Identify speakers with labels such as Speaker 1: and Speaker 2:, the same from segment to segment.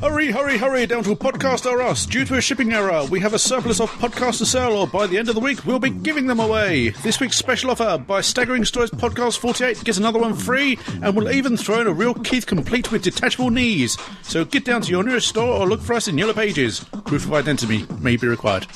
Speaker 1: Hurry, hurry, hurry down to Podcast RS. Due to a shipping error, we have a surplus of podcasts to sell, or by the end of the week, we'll be giving them away. This week's special offer by Staggering Stories Podcast 48 gets another one free, and we'll even throw in a real Keith complete with detachable knees. So get down to your nearest store or look for us in Yellow Pages. Proof of identity may be required.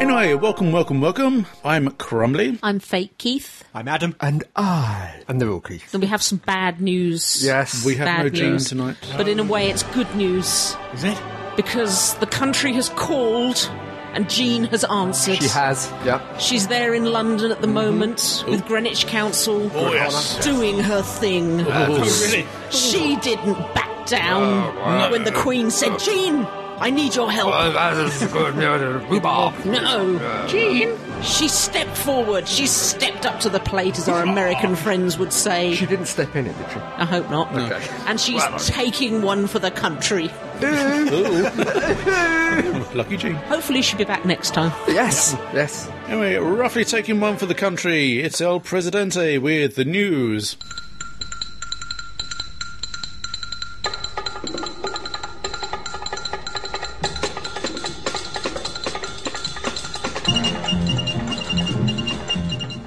Speaker 1: Anyway, welcome, welcome, welcome. I'm Crumley.
Speaker 2: I'm Fake Keith.
Speaker 3: I'm Adam.
Speaker 4: And I am the rookie.
Speaker 2: And we have some bad news.
Speaker 4: Yes.
Speaker 1: We have
Speaker 2: Bad
Speaker 1: no Gene
Speaker 2: news.
Speaker 1: tonight.
Speaker 2: But in a way, it's good news
Speaker 3: Is it?
Speaker 2: because the country has called and Jean has answered.
Speaker 4: She has. Yep.
Speaker 2: She's there in London at the moment with Greenwich Council
Speaker 1: Oh, yes.
Speaker 2: doing her thing. Oh,
Speaker 3: Really?
Speaker 2: She didn't back down when the Queen said, Jean, I need your help. No. Jean? She stepped forward. She stepped up to the plate, as our American friends would say.
Speaker 4: She didn't step in it, did she?
Speaker 2: I hope not. And she's taking one for the country.
Speaker 1: Lucky Gene.
Speaker 2: Hopefully, she'll be back next time.
Speaker 4: Yes. Yes.
Speaker 1: Anyway, roughly taking one for the country, it's El Presidente with the news.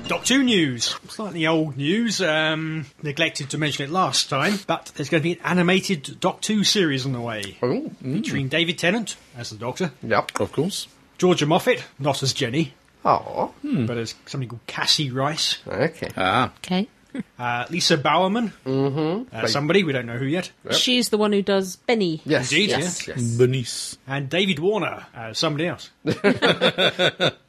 Speaker 3: Doc 2 news. Slightly old news. Um, neglected to mention it last time, but there's going to be an animated Doc 2 series on the way.
Speaker 4: Oh.
Speaker 3: Featuring David Tennant as the Doctor,
Speaker 4: Yep.
Speaker 1: Of course.
Speaker 3: Georgia Moffat, not as Jenny,
Speaker 4: Oh.
Speaker 3: but as something called Cassie Rice,
Speaker 4: Okay.
Speaker 1: Ah.
Speaker 2: Okay.
Speaker 3: uh, Lisa Bowerman, mm-hmm. uh, somebody, we don't know who yet,
Speaker 2: She's the one who does Benny.
Speaker 4: Yes.
Speaker 3: Indeed,
Speaker 4: Yes. Yes.
Speaker 1: Bernice.
Speaker 3: and David Warner, uh, somebody else.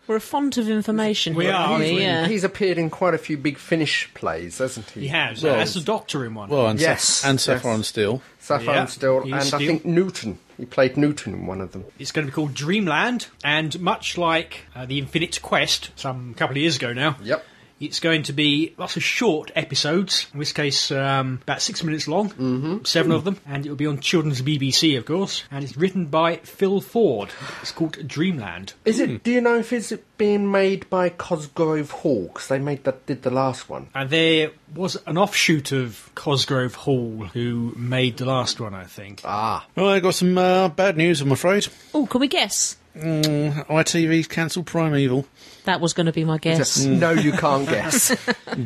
Speaker 2: We're a font of information.
Speaker 3: We
Speaker 2: here,
Speaker 3: are,
Speaker 2: aren't
Speaker 3: aren't we?
Speaker 2: Yeah.
Speaker 4: He's appeared in quite a few big Finnish plays, hasn't he?
Speaker 3: He has, uh,
Speaker 1: Well-
Speaker 3: as the Doctor in one.
Speaker 1: Well, and, Sa-
Speaker 4: Yes,
Speaker 1: and
Speaker 4: yes.
Speaker 1: Saffron Steel.
Speaker 4: Saffron
Speaker 3: Yeah,
Speaker 4: Still,
Speaker 3: he
Speaker 4: and
Speaker 3: was
Speaker 4: I
Speaker 3: Steele.
Speaker 4: think Newton. He played Newton in one of them.
Speaker 3: It's going to be called Dreamland, and much like uh, the Infinite Quest, some couple of years ago now.
Speaker 4: Yep.
Speaker 3: It's going to be lots of short episodes. In this case, um, about six minutes long, mm-hmm. seven of them, and it will be on Children's BBC, of course. And it's written by Phil Ford. It's called Dreamland.
Speaker 4: Is it? Do you know if it's being made by Cosgrove Hall? Because they made that, did the last one.
Speaker 3: And there was an offshoot of Cosgrove Hall, who made the last one, I think.
Speaker 4: Ah,
Speaker 1: Well, I got some uh, bad news, I'm afraid.
Speaker 2: Oh, can we guess?
Speaker 1: ITV's cancelled Primeval.
Speaker 2: That was going to be my guess.
Speaker 4: no, you can't guess.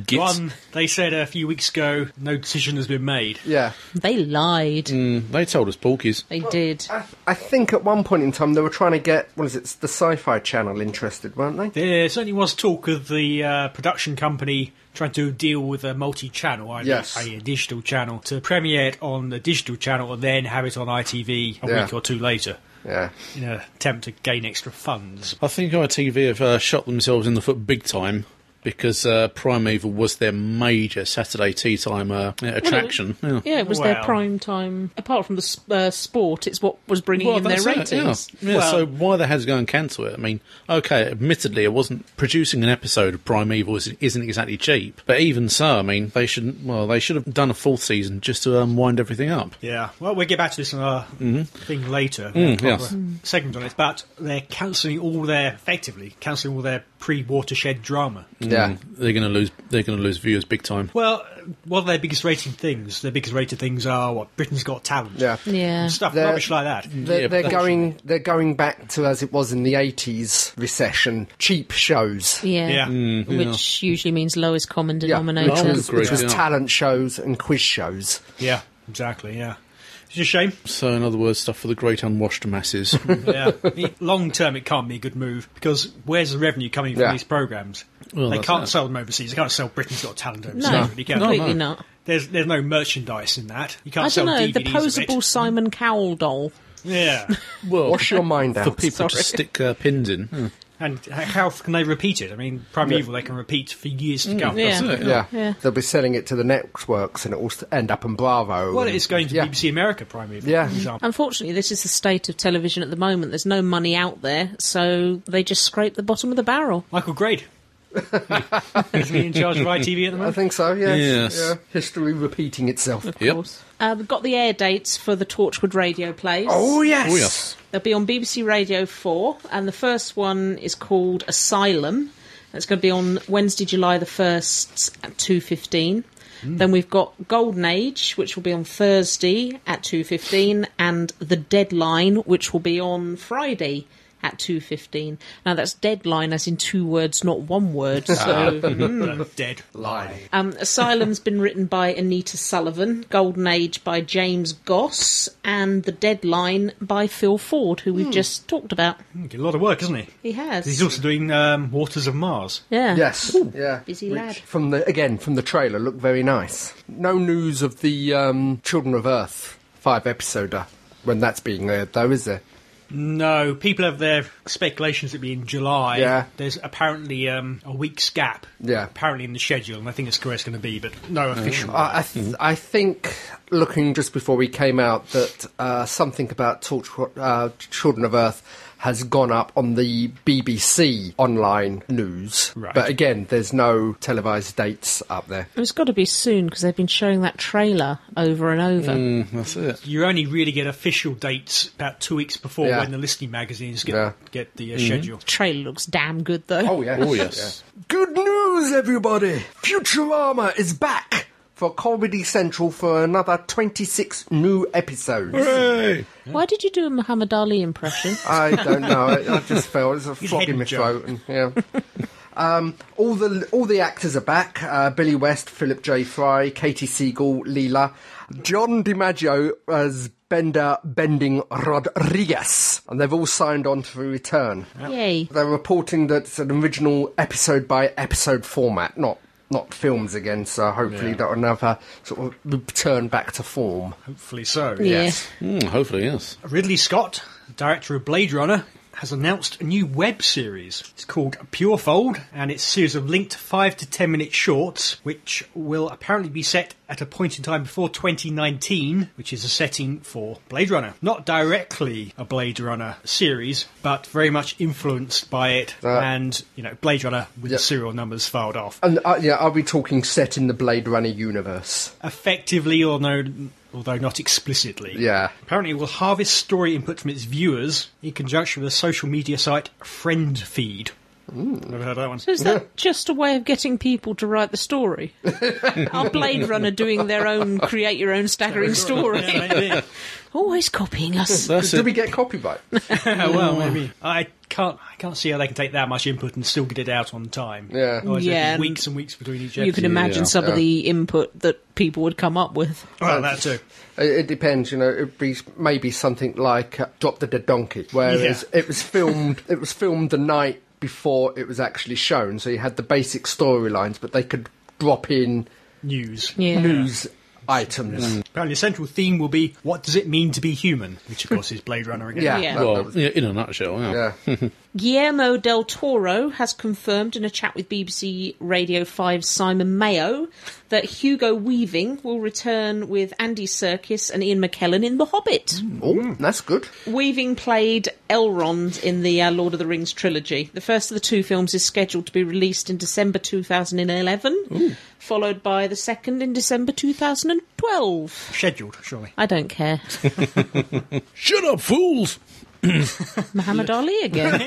Speaker 1: Git.
Speaker 3: One, they said a few weeks ago, no decision has been made.
Speaker 4: yeah,
Speaker 2: They lied.
Speaker 1: Mm, they told us porkies.
Speaker 2: They did.
Speaker 4: I, I think at one point in time they were trying to get what is it? The Sci-Fi Channel interested, weren't they?
Speaker 3: There certainly was talk of the uh, production company trying to deal with a multi-channel, i.e.
Speaker 4: Yes.
Speaker 3: i.e. a digital channel, to premiere it on the digital channel and then have it on ITV a
Speaker 4: Yeah.
Speaker 3: week or two later
Speaker 4: Yeah.
Speaker 3: in an attempt to gain extra funds.
Speaker 1: I think ITV have uh, shot themselves in the foot big time because uh, Primeval was their major Saturday tea time uh, attraction. Yeah.
Speaker 2: Yeah, it was their
Speaker 3: Well.
Speaker 2: prime time. Apart from the s- uh, sport, it's what was bringing in their
Speaker 1: that's it, yeah.
Speaker 2: ratings.
Speaker 1: Yeah,
Speaker 3: Well-
Speaker 1: so why the hell's going to cancel it? I mean, okay, admittedly, it wasn't producing an episode of Primeval is- isn't exactly cheap, but even so, I mean, they should well, they should have done a full season just to um, wind everything up.
Speaker 3: Yeah, well, we'll get back to this on our
Speaker 4: Mm-hmm.
Speaker 3: thing later.
Speaker 1: Mm,
Speaker 3: proper
Speaker 1: yes.
Speaker 3: Segment on it, but they're cancelling all their effectively cancelling all their pre-watershed drama.
Speaker 4: Yeah.
Speaker 1: They're going to lose. They're going to lose viewers big time.
Speaker 3: Well, what are their biggest rated things? Their biggest rated things are what Britain's Got Talent,
Speaker 4: Yeah.
Speaker 2: Yeah.
Speaker 3: stuff
Speaker 4: They're- Mm.
Speaker 3: rubbish like that.
Speaker 4: They're,
Speaker 1: Yeah, but
Speaker 4: they're
Speaker 1: that's-
Speaker 4: going. They're going back to as it was in the eighties recession. Cheap shows,
Speaker 2: Yeah.
Speaker 3: Yeah.
Speaker 2: Which usually means lowest common
Speaker 4: yeah, which
Speaker 2: denominator.
Speaker 4: was,
Speaker 1: great,
Speaker 4: which was
Speaker 1: yeah.
Speaker 4: talent shows and quiz shows.
Speaker 3: Yeah, exactly. Yeah, it's a shame.
Speaker 1: So, in other words, stuff for the great unwashed masses.
Speaker 3: Yeah, long term it can't be a good move because where's the revenue coming from
Speaker 4: Yeah.
Speaker 3: these programs?
Speaker 1: Well,
Speaker 3: they
Speaker 1: that's
Speaker 3: can't
Speaker 1: it.
Speaker 3: sell them overseas. They can't sell Britain's Got Talent overseas.
Speaker 2: no,
Speaker 3: really, can they?
Speaker 2: completely
Speaker 1: No, no.
Speaker 2: not.
Speaker 3: There's there's no merchandise in that. You can't
Speaker 2: I
Speaker 3: sell
Speaker 2: don't know. The
Speaker 3: DVDs of it.
Speaker 2: posable Simon Cowell doll.
Speaker 3: Yeah,
Speaker 1: well,
Speaker 4: Wash your mind
Speaker 1: for
Speaker 4: out.
Speaker 1: people to
Speaker 2: Sorry.
Speaker 1: stick uh, pins in. Hmm.
Speaker 3: and h- how can they repeat it? I mean, Primeval they can repeat for years to come.
Speaker 2: Yeah.
Speaker 1: That's it,
Speaker 4: Yeah.
Speaker 2: Yeah.
Speaker 4: they'll be selling it to the networks, and it will st- end up in Bravo.
Speaker 3: Well,
Speaker 4: and-
Speaker 3: it's going to
Speaker 4: yeah.
Speaker 3: BBC America Primeval.
Speaker 4: Yeah.
Speaker 3: for example.
Speaker 2: Unfortunately, this is the state of television at the moment. There's no money out there, so they just scrape the bottom of the barrel.
Speaker 3: Michael Grade. Isn't he in charge of ITV at the
Speaker 4: I
Speaker 3: moment?
Speaker 4: think so, yes.
Speaker 1: Yes.
Speaker 4: Yeah. History repeating itself.
Speaker 1: Yep.
Speaker 2: Uh, we've got the air dates for the Torchwood radio plays.
Speaker 4: Oh, yes.
Speaker 1: Oh, yes.
Speaker 2: They'll be on BBC Radio 4, and the first one is called Asylum. That's going to be on Wednesday, July the 1st at 2.15. Then we've got Golden Age, which will be on Thursday at 2.15, and The Deadline, which will be on Friday at 2.15. Now, that's deadline as in two words, not one word, so...
Speaker 3: Mm, Dead.
Speaker 4: Lie.
Speaker 2: Um, Asylum's been written by Anita Sullivan, Golden Age by James Goss, and The Deadline by Phil Ford, who
Speaker 4: Hmm.
Speaker 2: we've just talked about.
Speaker 3: Mm, A lot of work, isn't he?
Speaker 2: He has.
Speaker 3: He's also doing um, Waters of Mars.
Speaker 2: yeah.
Speaker 4: Yes. yeah.
Speaker 2: busy
Speaker 4: Which,
Speaker 2: lad.
Speaker 4: From the again from the trailer, looked very nice. No news of the um, Children of Earth five episoder when that's being aired, though, is there?
Speaker 3: No, people have their speculations it'd be in July.
Speaker 4: Yeah.
Speaker 3: There's apparently um, a week's gap.
Speaker 4: Yeah. Mm.
Speaker 3: Apparently in the schedule, and I think it's where it's going to be, but no official.
Speaker 4: I I,
Speaker 2: Mm-hmm.
Speaker 4: th- I think looking just before we came out that uh, something about Torch- uh, Children of Earth has gone up on the BBC online news,
Speaker 3: Right.
Speaker 4: but again, there's no televised dates up there.
Speaker 2: It's got to be soon because they've been showing that trailer over and over.
Speaker 4: Hmm.
Speaker 1: That's it.
Speaker 3: you only really get official dates about two weeks before
Speaker 4: Yeah.
Speaker 3: when the listening magazines get
Speaker 4: Yeah. Mm-hmm.
Speaker 3: get the uh, schedule.
Speaker 2: Trailer looks damn good though.
Speaker 4: Oh yes.
Speaker 1: Oh, yes.
Speaker 4: Good news, everybody! Futurama is back for Comedy Central for another 26 new episodes.
Speaker 1: Hooray!
Speaker 2: Why did you do a Muhammad Ali impression?
Speaker 4: I don't know. I, I just felt it's a
Speaker 3: head
Speaker 4: frog in my
Speaker 3: jump.
Speaker 4: throat. And, yeah. Um, all the all the actors are back: uh, Billy West, Philip J. Fry, Katie Siegel, Leela, John DiMaggio as Bender Bending Rodriguez, and they've all signed on to return.
Speaker 2: Yay.
Speaker 4: They're reporting that it's an original episode by episode format, not not films again. So hopefully that'll have a sort of return back to form.
Speaker 3: Hopefully so.
Speaker 4: Yes.
Speaker 1: Hmm, hopefully, yes.
Speaker 3: Ridley Scott, director of Blade Runner, has announced a new web series. It's called Purefold, and it's a series of linked five to ten minute shorts, which will apparently be set at a point in time before 2019, which is a setting for Blade Runner. Not directly a Blade Runner series, but very much influenced by it, and you know Blade Runner with
Speaker 4: Yep.
Speaker 3: the serial numbers filed off.
Speaker 4: And uh, yeah, I'll be talking set in the Blade Runner universe.
Speaker 3: effectively, although although not explicitly.
Speaker 4: Yeah.
Speaker 3: Apparently, it will harvest story input from its viewers in conjunction with the social media site FriendFeed. Never heard of that one.
Speaker 2: So is that just a way of getting people to write the story? Are Blade Runner doing their own create your own staggering story?
Speaker 3: Yeah, maybe.
Speaker 2: Always copying us.
Speaker 1: That's
Speaker 4: Did
Speaker 1: it.
Speaker 4: we get copyright?
Speaker 3: Yeah, well, maybe. I can't. I can't see how they can take that much input and still get it out on time.
Speaker 4: Yeah.
Speaker 3: Otherwise there'd be
Speaker 2: Yeah, and
Speaker 3: Weeks and weeks between each.
Speaker 2: You can
Speaker 3: episode.
Speaker 2: imagine some of the input that people would come up with.
Speaker 3: Well, that too.
Speaker 4: It, it depends, you know. It'd be maybe something like uh, "Drop the Dead Donkey," whereas
Speaker 3: Yeah.
Speaker 4: it was filmed. it was filmed the night before it was actually shown, so you had the basic storylines, but they could drop in
Speaker 3: News.
Speaker 2: Yeah.
Speaker 4: news items.
Speaker 3: Apparently, the central theme will be what does it mean to be human, which of course is Blade Runner again.
Speaker 4: Yeah,
Speaker 2: Yeah.
Speaker 4: that- that
Speaker 1: Well,
Speaker 4: was-
Speaker 1: yeah, in a nutshell, yeah.
Speaker 4: yeah.
Speaker 2: Guillermo del Toro has confirmed in a chat with BBC Radio 5's Simon Mayo that Hugo Weaving will return with Andy Serkis and Ian McKellen in The Hobbit.
Speaker 4: Oh, that's good.
Speaker 2: Weaving played Elrond in the uh, Lord of the Rings trilogy. The first of the two films is scheduled to be released in December 2011, followed by the second in December 2012.
Speaker 3: Scheduled, surely.
Speaker 2: I don't care.
Speaker 1: Shut up, fools!
Speaker 2: Muhammad Ali again.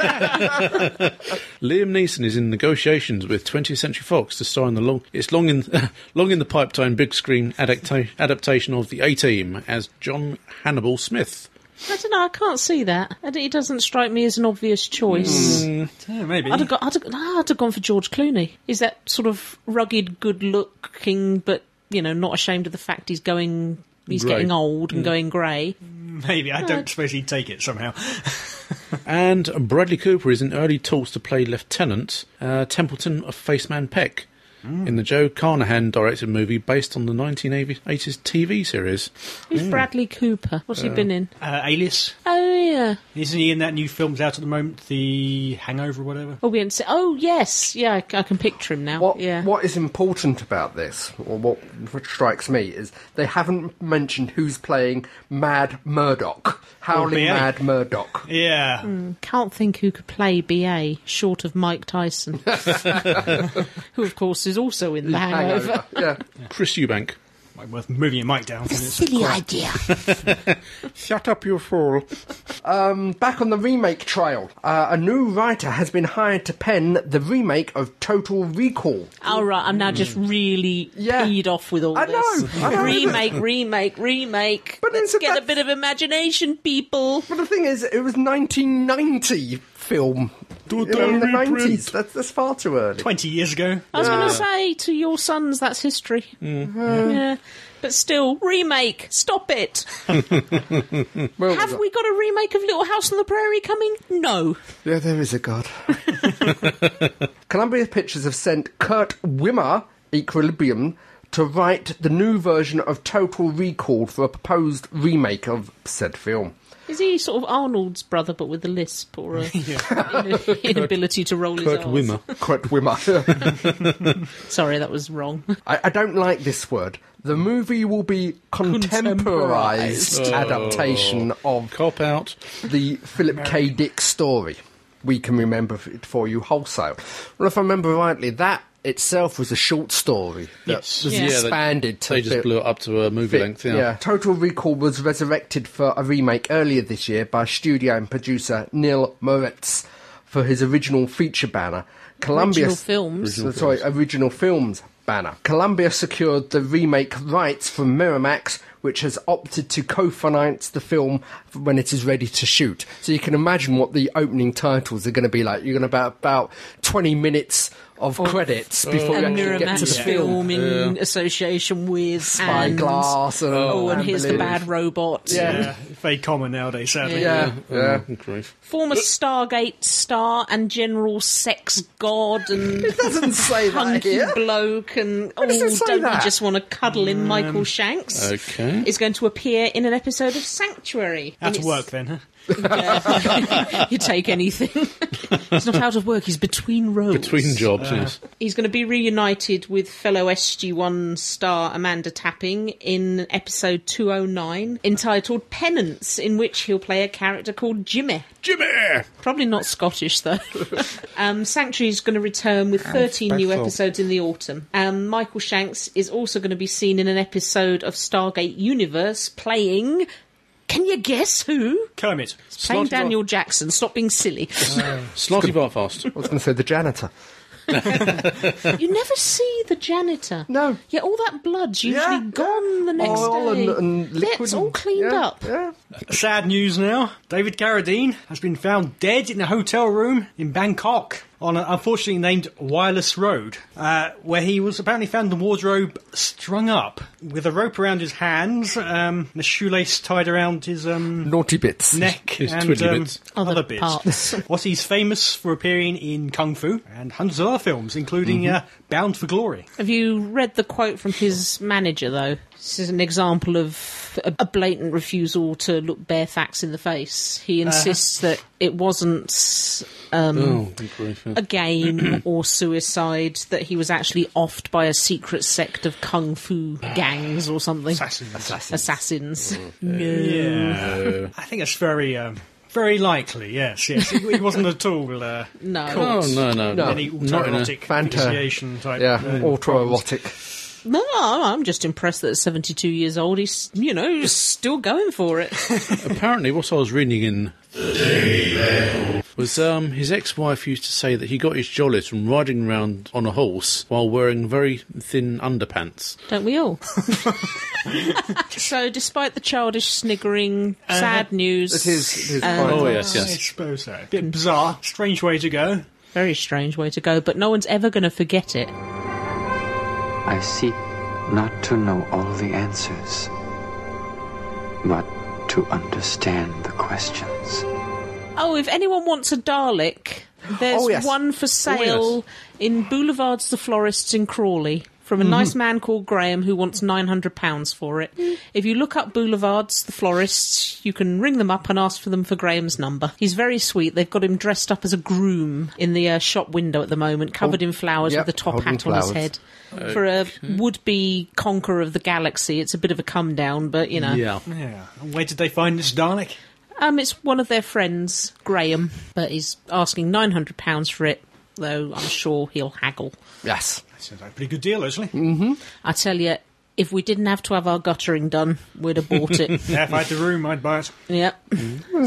Speaker 1: Liam Neeson is in negotiations with 20th Century Fox to star in the long it's long in long in the pipe time big screen adapta- adaptation of the A Team as John Hannibal Smith.
Speaker 2: I don't know. I can't see that. I don't- It doesn't strike me as an obvious choice.
Speaker 3: Hmm. Yeah, maybe.
Speaker 2: I'd have, got, I'd, have, no, I'd have gone for George Clooney. He's that sort of rugged, good-looking, but you know, not ashamed of the fact he's going, he's
Speaker 1: Grey.
Speaker 2: getting old
Speaker 3: Hmm.
Speaker 2: and going grey.
Speaker 3: Maybe. I don't suppose he'd take it somehow.
Speaker 1: And Bradley Cooper is in early talks to play Lieutenant uh, Templeton of Faceman Peck. in the Joe Carnahan directed movie based on the 1980s TV series.
Speaker 2: Who's Bradley Cooper? What's he been in?
Speaker 3: Uh, Alias.
Speaker 2: Oh yeah.
Speaker 3: Isn't he in that new film's out at the moment, The Hangover or whatever?
Speaker 2: Oh, we didn't see. Oh yes, yeah. I, c- I can picture him now.
Speaker 4: What
Speaker 2: yeah.
Speaker 4: what is important about this, or what, what strikes me, is they haven't mentioned who's playing Mad Murdoch, Howling
Speaker 3: BA.
Speaker 4: Mad Murdoch.
Speaker 3: Yeah.
Speaker 2: Can't think who could play BA short of Mike Tyson, who of course is also in The Hangover.
Speaker 4: Hangover. yeah.
Speaker 1: Chris Eubank.
Speaker 3: Might be worth moving your mic down. 'cause it's
Speaker 2: Silly idea.
Speaker 1: Shut up, you fool.
Speaker 4: Back on the remake trial, uh, a new writer has been hired to pen the remake of Total Recall.
Speaker 2: All right, I'm now just really
Speaker 4: Mm. Yeah.
Speaker 2: peed off with all
Speaker 4: I
Speaker 2: this.
Speaker 4: know, I know.
Speaker 2: remake, remake, remake.
Speaker 4: But
Speaker 2: Let's
Speaker 4: it's-
Speaker 2: get a
Speaker 4: that's-
Speaker 2: bit of imagination, people.
Speaker 4: But the thing is, it was 1990 film.
Speaker 1: Do
Speaker 4: You know, in the
Speaker 1: they reprint?
Speaker 4: 90s. That's, that's far too early.
Speaker 3: 20 years ago.
Speaker 2: I was going to say to your sons, that's history.
Speaker 4: Mm.
Speaker 2: Yeah. But still, remake. Stop it.
Speaker 4: Well,
Speaker 2: Have we got a remake of Little House on the Prairie coming? No.
Speaker 4: Yeah, there is a god. Columbia Pictures have sent Kurt Wimmer, Equilibrium, to write the new version of Total Recall for a proposed remake of said film.
Speaker 2: Is he sort of Arnold's brother, but with a lisp or a inability to roll
Speaker 1: Kurt
Speaker 2: his R's?
Speaker 1: Wimmer.
Speaker 4: Kurt Wimmer.
Speaker 2: Sorry, that was wrong.
Speaker 4: I, I don't like this word. The movie will be contemporized
Speaker 2: Contemporised.
Speaker 4: adaptation of
Speaker 1: Cop out.
Speaker 4: the Philip K. Dick story. We can remember it for you wholesale. Well, if I remember rightly, that itself was a short story that
Speaker 3: Yes.
Speaker 4: was
Speaker 2: Yeah, they-
Speaker 4: expanded to
Speaker 1: They just
Speaker 4: fit-
Speaker 1: blew it up to a movie
Speaker 4: fit-
Speaker 1: length, yeah.
Speaker 4: Total Recall was resurrected for a remake earlier this year by studio and producer Neil Moritz for his original feature banner. Columbia
Speaker 2: Original films.
Speaker 1: Original
Speaker 4: sorry, original films banner. Columbia secured the remake rights from Miramax, which has opted to co-finance the film when it is ready to shoot. So you can imagine what the opening titles are going to be like. You're going to about about 20 minutes of credits before
Speaker 2: A
Speaker 4: you actually Oh, get to the
Speaker 2: Miramax
Speaker 4: film.
Speaker 2: film in association with
Speaker 4: Spyglass and
Speaker 2: And, oh, and here's the bad robot.
Speaker 4: Yeah.
Speaker 3: Yeah. Very common nowadays, sadly.
Speaker 4: Yeah, yeah.
Speaker 1: Oh, grief.
Speaker 2: Former Stargate star and general sex god and
Speaker 4: It doesn't say that
Speaker 2: hunky
Speaker 4: here.
Speaker 2: bloke and oh,
Speaker 4: does it say
Speaker 2: don't you
Speaker 4: that?
Speaker 2: just want to cuddle
Speaker 3: Mm.
Speaker 2: in Michael Shanks?
Speaker 3: Oh,
Speaker 1: Okay.
Speaker 2: Is going to appear in an episode of Sanctuary.
Speaker 3: Out
Speaker 2: And
Speaker 3: of
Speaker 2: it's-
Speaker 3: work then, huh?
Speaker 2: Yeah. you take anything. he's not out of work. He's between roles.
Speaker 1: Between
Speaker 4: Uh,
Speaker 1: jobs, yes.
Speaker 2: He's going to be reunited with fellow SG1 star Amanda Tapping in episode 209, entitled Penance, in which he'll play a character called Jimmy.
Speaker 1: Jimmy!
Speaker 2: Probably not Scottish though. um, Sanctuary is going to return with 13 new
Speaker 1: special.
Speaker 2: episodes in the autumn. Um, Michael Shanks is also going to be seen in an episode of Stargate Universe playing. Can you guess who?
Speaker 3: Kermit.
Speaker 2: Playing
Speaker 1: Slotty
Speaker 2: Daniel Jackson. Stop being silly.
Speaker 1: Slotty Barfast.
Speaker 4: I was going to say the janitor.
Speaker 2: you never see the janitor.
Speaker 4: No.
Speaker 2: Yet all that blood's usually
Speaker 4: Yeah,
Speaker 2: gone the next
Speaker 4: Oil
Speaker 2: day.
Speaker 4: and, and
Speaker 2: Yeah,
Speaker 4: liquid.
Speaker 2: it's all
Speaker 4: and-
Speaker 2: cleaned
Speaker 4: yeah,
Speaker 2: up.
Speaker 4: Yeah.
Speaker 3: Sad news now. David Carradine has been found dead in a hotel room in Bangkok on an unfortunately named Wireless Road, uh, where he was apparently found in the wardrobe strung up with a rope around his hands, um, and a shoelace tied around his um,
Speaker 4: Naughty bits.
Speaker 3: neck
Speaker 1: His
Speaker 3: and
Speaker 1: twiddly
Speaker 3: um,
Speaker 1: bits.
Speaker 2: Other
Speaker 3: other bits.
Speaker 2: parts.
Speaker 3: what he's famous for appearing in Kung Fu and hundreds of other films, including
Speaker 1: Mm-hmm.
Speaker 3: uh, Bound for Glory.
Speaker 2: Have you read the quote from his manager, though? This is an example of a a blatant refusal to look bare facts in the face. He
Speaker 4: Uh-huh.
Speaker 2: insists that it wasn't um,
Speaker 1: Oh, good grief. yeah.
Speaker 2: a game or suicide, that he was actually offed by a secret sect of kung fu gangs or something.
Speaker 3: Assassins.
Speaker 2: Assassins.
Speaker 4: Mm.
Speaker 3: Yeah. I think that's very. Um, very likely, yes, yes. He, he wasn't at all. Uh,
Speaker 2: No.
Speaker 1: Oh, no, no, no.
Speaker 3: any
Speaker 1: Not in a-
Speaker 3: autoerotic
Speaker 4: Fanta.
Speaker 3: asphyxiation type.
Speaker 4: Yeah,
Speaker 3: uh,
Speaker 4: autoerotic.
Speaker 2: No, I'm just impressed that at 72 years old, he's, you know, he's still going for it.
Speaker 1: Apparently, what I was reading in was um, his ex-wife used to say that he got his jollies from riding around on a horse while wearing very thin underpants.
Speaker 2: Don't we all? so, despite the childish sniggering, sad news.
Speaker 4: Uh-huh. It is. It is
Speaker 2: Um,
Speaker 4: quite
Speaker 1: Oh yes,
Speaker 3: I
Speaker 1: yes.
Speaker 3: suppose so. Bit bizarre, strange way to go.
Speaker 2: Very strange way to go, but no one's ever going to forget it.
Speaker 5: I seek not to know all the answers, but to understand the questions.
Speaker 2: Oh, if anyone wants a Dalek, There's
Speaker 4: Oh, yes.
Speaker 2: one for sale in Boulevards the Florists in Crawley from
Speaker 4: Mm-hmm.
Speaker 2: a nice man called Graham who wants £900 for it. If you look up Boulevards the Florists, you can ring them up and ask for them for Graham's number. He's very sweet. They've got him dressed up as a groom in the uh, shop window at the moment, covered in flowers
Speaker 4: Oh, yep,
Speaker 2: with a top
Speaker 4: holding
Speaker 2: hat on his
Speaker 4: flowers.
Speaker 2: head. For a would be conqueror of the galaxy, it's a bit of a come down, but you know.
Speaker 1: Yeah.
Speaker 3: Yeah. And where did they find this Dalek?
Speaker 2: Um, it's one of their friends, Graham, but he's asking nine hundred pounds for it. Though I'm sure he'll haggle.
Speaker 4: Yes.
Speaker 3: That sounds like a pretty good deal, actually.
Speaker 1: Mm.
Speaker 2: I tell you, if we didn't have to have our guttering done, we'd have bought it.
Speaker 3: Yeah, if I had the room, I'd buy it.
Speaker 2: yep.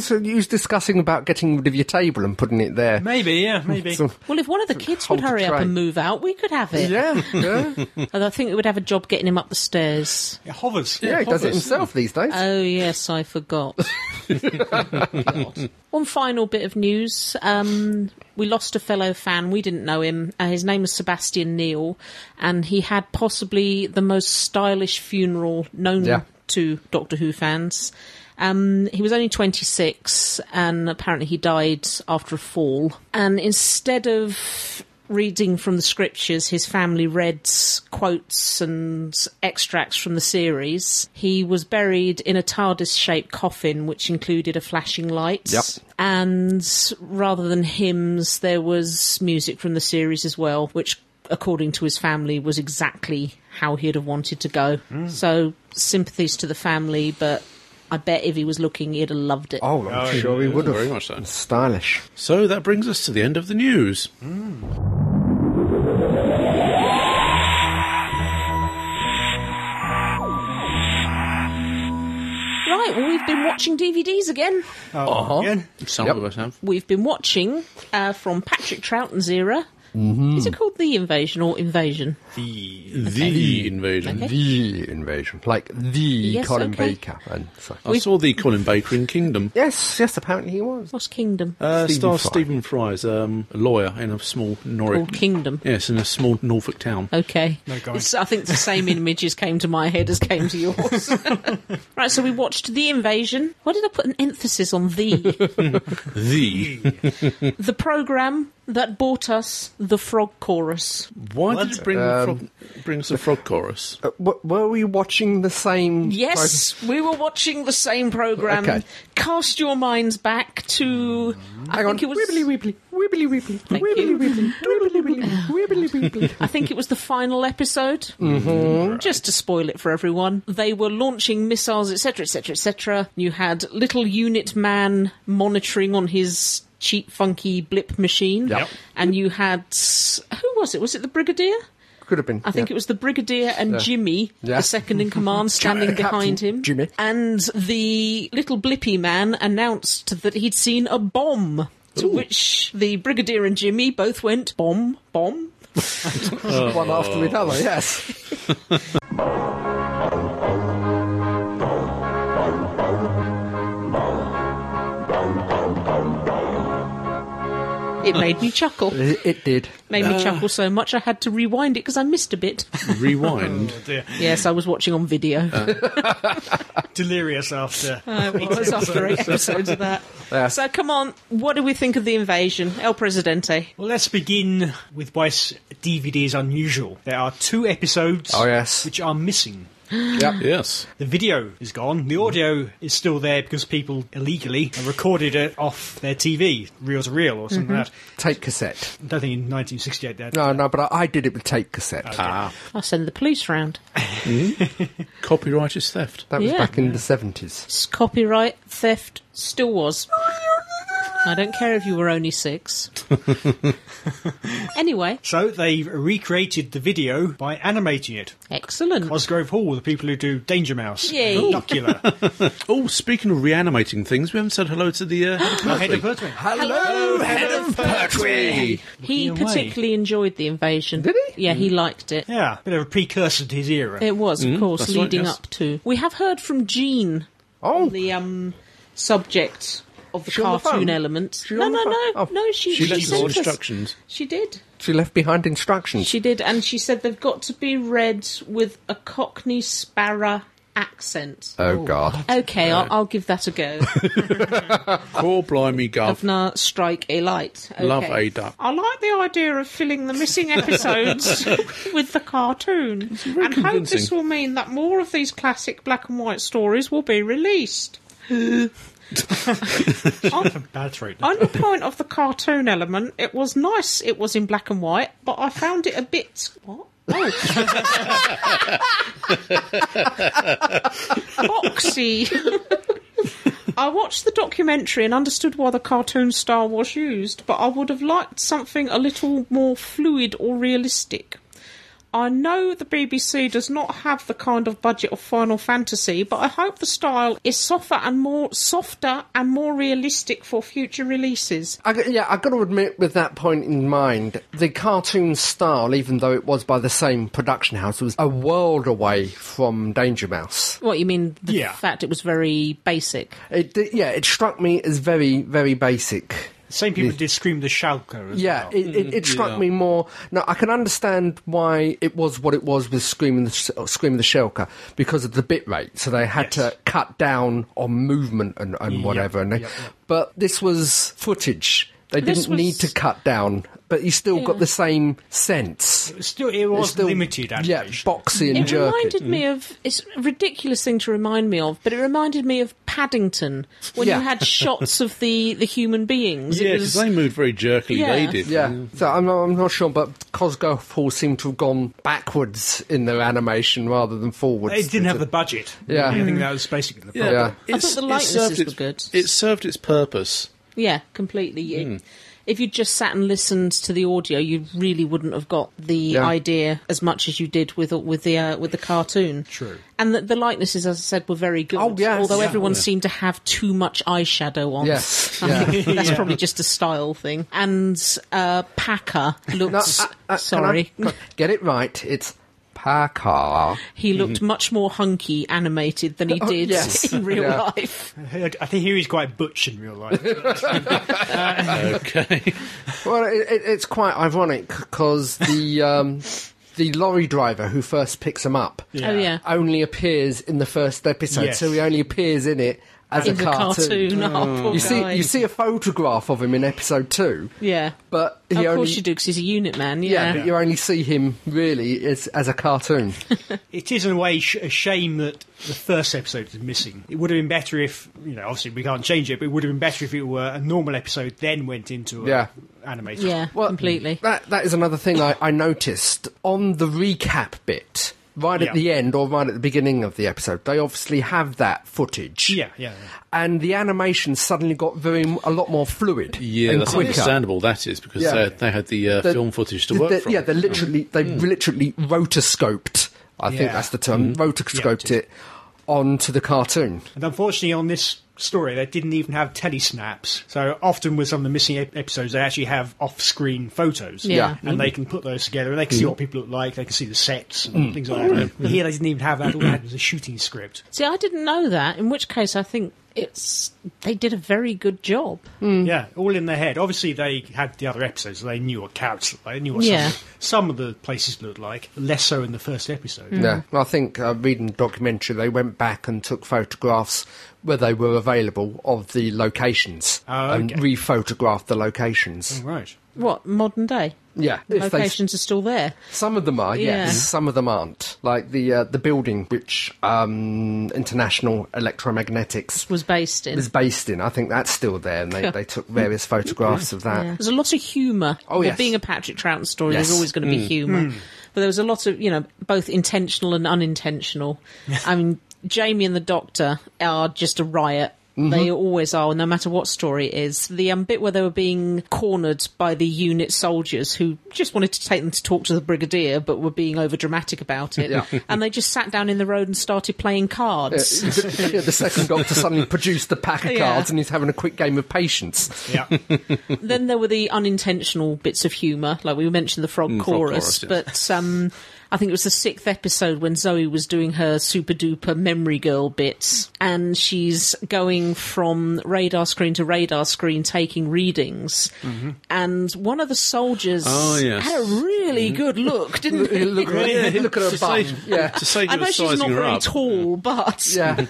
Speaker 4: So you was discussing about getting rid of your table and putting it there.
Speaker 3: Maybe, yeah, maybe.
Speaker 4: So-
Speaker 2: Well, if one of the kids would
Speaker 4: Hold the
Speaker 2: hurry up
Speaker 4: tray.
Speaker 2: and move out, we could have it.
Speaker 4: yeah, yeah,
Speaker 2: Although I think we would have a job getting him up the stairs.
Speaker 3: It hovers.
Speaker 4: yeah. He does it
Speaker 1: Hovers.
Speaker 4: himself these days.
Speaker 2: Oh yes, I forgot. God. One final bit of news. Um, we lost a fellow fan. We didn't know him. Uh, his name was Sebastian Neal, and he had possibly the most stylish funeral known
Speaker 4: Yeah.
Speaker 2: to Doctor Who fans. Um, he was only 26, and apparently he died after a fall. And instead of reading from the scriptures, his family read quotes and extracts from the series. He was buried in a TARDIS shaped coffin, which included a flashing light.
Speaker 4: Yep.
Speaker 2: And rather than hymns, there was music from the series as well, which, according to his family, was exactly how he'd have wanted to go. So, sympathies to the family, but I bet if he was looking, he'd have loved it.
Speaker 4: oh, I'm sure he would have.
Speaker 1: Very much so.
Speaker 4: Stylish.
Speaker 1: So that brings us to the end of the news.
Speaker 2: Right, well, we've been watching DVDs again.
Speaker 1: uh-huh.
Speaker 3: Oh, again.
Speaker 1: Some
Speaker 4: Yep.
Speaker 1: of us have.
Speaker 2: We've been watching uh, from Patrick Troughton's era. Is it called The Invasion or Invasion?
Speaker 1: The invasion.
Speaker 2: Okay.
Speaker 4: The invasion, like the
Speaker 2: Yes,
Speaker 4: Colin
Speaker 2: okay.
Speaker 4: Baker, and so.
Speaker 1: I saw the Colin Baker in Kingdom.
Speaker 4: Yes, yes. Apparently he was.
Speaker 2: Lost Kingdom.
Speaker 1: Uh,
Speaker 4: Stephen
Speaker 1: stars
Speaker 4: Fry.
Speaker 1: Stephen Fry as um, a lawyer in a small Norwich.
Speaker 2: Called Kingdom.
Speaker 1: Yes, in a small Norfolk town.
Speaker 2: Okay.
Speaker 3: No guy.
Speaker 2: It's- I think the same images came to my head as came to yours. right, so we watched The Invasion. Why did I put an emphasis on the?
Speaker 1: The.
Speaker 2: the programme that bought us the Frog Chorus.
Speaker 1: Why did it bring,
Speaker 4: Um,
Speaker 1: the frog, bring us the frog chorus?
Speaker 4: Uh, w- were we watching the same?
Speaker 2: Yes, we were watching the same programme.
Speaker 4: Okay. Mm.
Speaker 2: Cast your minds back to. I
Speaker 4: Hang on.
Speaker 2: think it was.
Speaker 4: Wibbly wibbly, wibbly wibbly,
Speaker 2: Thank
Speaker 4: wibbly
Speaker 2: you.
Speaker 4: wibbly, wibbly wibbly, wibbly wibbly.
Speaker 2: I think it was the final episode.
Speaker 4: Mm-hmm.
Speaker 2: Just to spoil it for everyone, they were launching missiles, etc., etc., etc. You had little unit man monitoring on his cheap, funky blip machine,
Speaker 4: Yep.
Speaker 2: and you had who was it? Was it the brigadier?
Speaker 4: Could have been.
Speaker 2: I think it was the brigadier and Jimmy,
Speaker 4: Yeah.
Speaker 2: the second in command, standing
Speaker 4: Captain
Speaker 2: behind him.
Speaker 4: Jimmy.
Speaker 2: And the little blippy man announced that he'd seen a bomb. To which the brigadier and Jimmy both went bomb, bomb,
Speaker 4: was one after the other. Yes.
Speaker 2: It made me chuckle.
Speaker 4: It, it did.
Speaker 2: Made me chuckle so much I had to rewind it because I missed a bit.
Speaker 1: Rewind.
Speaker 3: Oh, dear.
Speaker 2: yes, I was watching on video.
Speaker 4: Uh.
Speaker 3: Delirious after.
Speaker 2: I was after eight episodes of that. So come on, what do we think of the invasion, El Presidente?
Speaker 3: Well, let's begin with why s- DVD is unusual. There are two episodes
Speaker 4: Oh, yes.
Speaker 3: which are missing.
Speaker 2: Oh.
Speaker 1: yes.
Speaker 3: The video is gone. The audio is still there because people illegally recorded it off their TV, reel to reel or something like that.
Speaker 4: Tape cassette.
Speaker 3: I don't think in 1968 that.
Speaker 4: Mm-hmm. No, no, but I, I did it with tape cassette.
Speaker 2: I'll send the police round.
Speaker 1: Copyright is theft.
Speaker 4: That was
Speaker 2: Yeah.
Speaker 4: back in the seventies.
Speaker 2: It's copyright theft still was. I don't care if you were only six. anyway,
Speaker 3: So they've recreated the video by animating it.
Speaker 2: excellent.
Speaker 3: Osgrove Hall, the people who do Danger Mouse,
Speaker 2: Yay.
Speaker 3: Docula,
Speaker 1: Oh, speaking of reanimating things, we haven't said hello to the. Uh,
Speaker 3: Head of Pertwee.
Speaker 4: Hello, head of Pertwee.
Speaker 2: He
Speaker 3: away.
Speaker 2: particularly enjoyed the invasion.
Speaker 4: Did he?
Speaker 2: Yeah, he liked it.
Speaker 3: Yeah, bit of a precursor to his era.
Speaker 2: It was,
Speaker 4: Mm.
Speaker 2: of course,
Speaker 1: that's right,
Speaker 2: leading
Speaker 1: yes.
Speaker 2: up to. We have heard from Jean
Speaker 4: Oh,
Speaker 2: the um subject of the
Speaker 4: She on the
Speaker 2: cartoon
Speaker 4: phone?
Speaker 2: element.
Speaker 4: She
Speaker 2: No,
Speaker 4: on
Speaker 2: no,
Speaker 4: the
Speaker 2: no,
Speaker 4: phone? Oh.
Speaker 2: no. She
Speaker 1: she
Speaker 2: she,
Speaker 1: left us
Speaker 2: sent us.
Speaker 1: instructions.
Speaker 2: She did.
Speaker 4: she left behind instructions.
Speaker 2: She did, and she said they've got to be read with a Cockney Sparrow accent.
Speaker 4: Oh, God.
Speaker 2: Okay, I'll, I'll give that a go.
Speaker 1: Poor blimey gov.
Speaker 2: Governor Strike a Light. Okay.
Speaker 1: Love a duck.
Speaker 2: I like the idea of filling the missing episodes with the cartoon, and hope this
Speaker 1: convincing.
Speaker 2: will mean that more of these classic black and white stories will be released. on,
Speaker 3: Bad right.
Speaker 2: on the point of the cartoon element, it was nice. It was in black and white, but I found it a bit what. Oh. Boxy. I watched the documentary and understood why the cartoon style was used, but I would have liked something a little more fluid or realistic. I know the BBC does not have the kind of budget of Final Fantasy, but I hope the style is softer and more softer and more realistic for future releases.
Speaker 4: I, g- yeah, I've got to admit, with that point in mind, the cartoon style, even though it was by the same production house, was a world away from Danger Mouse.
Speaker 2: What you mean? The
Speaker 3: Yeah.
Speaker 2: fact it was very basic.
Speaker 4: It, di- yeah, it struck me as very, very basic.
Speaker 3: Same people did Scream the Shalko as
Speaker 4: Yeah,
Speaker 3: well.
Speaker 4: it, it, it struck me more. Now I can understand why it was what it was with Screaming the Sh- uh, Screaming the Shelker because of the bit rate, so they had
Speaker 3: Yes.
Speaker 4: to cut down on movement and, and whatever. and they, But this was footage; they
Speaker 2: This
Speaker 4: didn't
Speaker 2: was-
Speaker 4: need to cut down, but you still got the same sense.
Speaker 3: It was still, it was
Speaker 4: It's still-
Speaker 3: limited
Speaker 4: yeah,
Speaker 3: animation.
Speaker 4: boxy and
Speaker 2: It
Speaker 4: jerky. Mm-hmm.
Speaker 2: reminded me of it's a ridiculous thing to remind me of, but it reminded me of Paddington when
Speaker 4: Yeah.
Speaker 2: you had shots of the the human beings.
Speaker 1: Yeah,
Speaker 2: it
Speaker 1: 'cause
Speaker 2: was,
Speaker 1: they moved very jerkily. They
Speaker 2: Yeah.
Speaker 1: did.
Speaker 4: yeah, so I'm not, I'm not sure, but Cosgrove Hall seemed to have gone backwards in their animation rather than forwards.
Speaker 3: It didn't have the budget.
Speaker 4: Yeah.
Speaker 3: I
Speaker 2: Mm.
Speaker 3: think that was basically the problem.
Speaker 1: Yeah,
Speaker 4: Yeah.
Speaker 1: but
Speaker 2: I thought
Speaker 1: it's-
Speaker 2: the
Speaker 1: it
Speaker 2: likenesses
Speaker 1: served its-
Speaker 2: were good.
Speaker 1: It served its purpose.
Speaker 2: yeah, completely. It-
Speaker 4: Hmm.
Speaker 2: if you just sat and listened to the audio, you really wouldn't have got the
Speaker 4: Yeah.
Speaker 2: idea as much as you did with with the uh, with the cartoon.
Speaker 3: True.
Speaker 2: And the, the likenesses, as I said, were very good.
Speaker 4: Oh, yes.
Speaker 2: Although
Speaker 4: Yeah.
Speaker 2: everyone seemed to have too much eyeshadow on.
Speaker 4: Yes,
Speaker 2: I
Speaker 4: yeah.
Speaker 2: think that's probably just a style thing. And uh, Packer
Speaker 4: No,
Speaker 2: looks.
Speaker 4: uh, uh, can
Speaker 2: sorry,
Speaker 4: I- get it right. It's Pacar.
Speaker 2: he looked much more hunky animated than he
Speaker 4: Hmm. Oh,
Speaker 2: did
Speaker 4: yes.
Speaker 2: in real
Speaker 4: Yeah.
Speaker 2: life.
Speaker 3: I think he was quite butch in real life.
Speaker 1: Okay.
Speaker 4: Well, it, it, it's quite ironic because the um, the lorry driver who first picks him up
Speaker 3: Yeah.
Speaker 2: Oh yeah,
Speaker 4: only appears in the first episode,
Speaker 3: Yes.
Speaker 4: so he only appears in it as
Speaker 2: in
Speaker 4: a
Speaker 2: the
Speaker 4: cartoon. Hmm.
Speaker 2: cartoon. Oh, poor
Speaker 4: You see,
Speaker 2: guy.
Speaker 4: you see a photograph of him in episode two,
Speaker 2: yeah.
Speaker 4: but he
Speaker 2: of
Speaker 4: only
Speaker 2: course you do, 'cause he's a unit man.
Speaker 4: yeah,
Speaker 2: Yeah.
Speaker 4: but you only see him really as as a cartoon.
Speaker 3: It is in a way sh- a shame that the first episode is missing. It would have been better if, you know, obviously we can't change it, but it would have been better if it were a normal episode then went into a
Speaker 4: Yeah.
Speaker 3: animated.
Speaker 2: Yeah, completely.
Speaker 4: That that is another thing I, I noticed on the recap bit. Right at
Speaker 3: Yeah.
Speaker 4: the end or right at the beginning of the episode, they obviously have that footage.
Speaker 3: Yeah, yeah, yeah.
Speaker 4: And the animation suddenly got very a lot more fluid.
Speaker 1: Yeah,
Speaker 4: and
Speaker 1: that's
Speaker 4: quicker.
Speaker 1: understandable. That is because
Speaker 4: Yeah.
Speaker 1: they, they had the, uh,
Speaker 4: The-
Speaker 1: film footage to
Speaker 4: the-
Speaker 1: work
Speaker 4: the-
Speaker 1: from. Mm.
Speaker 4: Yeah, they literally they literally rotoscoped. I think
Speaker 3: Yeah.
Speaker 4: that's the
Speaker 1: Mm-hmm.
Speaker 4: term. Rotoscoped
Speaker 3: Yeah,
Speaker 4: it onto the cartoon.
Speaker 3: And unfortunately, on this story, they didn't even have telesnaps. So often with some of the missing ep- episodes, they actually have off-screen photos.
Speaker 2: Yeah.
Speaker 3: And they can put those together, and they
Speaker 4: Mm.
Speaker 3: can see what people look like, they can see the sets, and things like that. But Here, they didn't even have that. All they had was a shooting script.
Speaker 2: See, I didn't know that. In which case, I think it's they did a very good job.
Speaker 4: Hmm.
Speaker 3: Yeah, all in their head. Obviously, they had the other episodes. so They knew what characters looked like. They knew what
Speaker 2: Yeah.
Speaker 3: some, some of the places looked like. Less so in the first episode.
Speaker 2: Mm.
Speaker 4: Yeah, Well, I think uh, reading the documentary, they went back and took photographs where they were available of the locations
Speaker 3: Oh,
Speaker 4: and
Speaker 3: okay.
Speaker 4: re-photographed the locations.
Speaker 3: Right.
Speaker 2: What modern day
Speaker 4: Yeah, if they-
Speaker 2: Mm-hmm. locations are still there?
Speaker 4: some of them are,
Speaker 2: Yeah.
Speaker 4: yes. Some of them aren't. Like the uh, the building which um, International Electromagnetics
Speaker 2: Was based in.
Speaker 4: is based in. I think that's still there, and they, they took various photographs of that.
Speaker 2: Yeah. There's a lot of humour.
Speaker 4: Oh,
Speaker 2: Well,
Speaker 4: yes.
Speaker 2: Being a Patrick Troughton story,
Speaker 4: Yes. Mm.
Speaker 2: there's always going to be humour. But there was a lot of, you know, both intentional and unintentional. I mean, Jamie and the Doctor are just a riot.
Speaker 4: Mm-hmm.
Speaker 2: They always are, no matter what story it is. The um, bit where they were being cornered by the unit soldiers who just wanted to take them to talk to the brigadier, but were being over dramatic about it.
Speaker 4: Yeah.
Speaker 2: And they just sat down in the road and started playing
Speaker 4: Uh,
Speaker 2: cards.
Speaker 4: the, yeah, the second doctor suddenly produced the pack of
Speaker 2: Yeah.
Speaker 4: cards and he's having a quick game of patience.
Speaker 3: Yeah.
Speaker 2: then there were the unintentional bits of humour, like we mentioned the frog
Speaker 1: Mm, frog
Speaker 2: chorus,
Speaker 1: chorus, yes.
Speaker 2: but um, I think it was the sixth episode when Zoe was doing her super duper memory girl bits, and she's going from radar screen to radar screen taking readings. And one of the soldiers
Speaker 1: Mm-hmm. Oh, yes. Mm-hmm.
Speaker 2: had a really good look, didn't he?
Speaker 4: look, at- look at her
Speaker 1: to
Speaker 4: bum.
Speaker 1: say,
Speaker 4: Yeah.
Speaker 1: to say
Speaker 2: I
Speaker 1: you
Speaker 2: know
Speaker 1: were
Speaker 2: she's not
Speaker 1: sizing her
Speaker 2: very
Speaker 1: up.
Speaker 2: tall, but
Speaker 4: Yeah,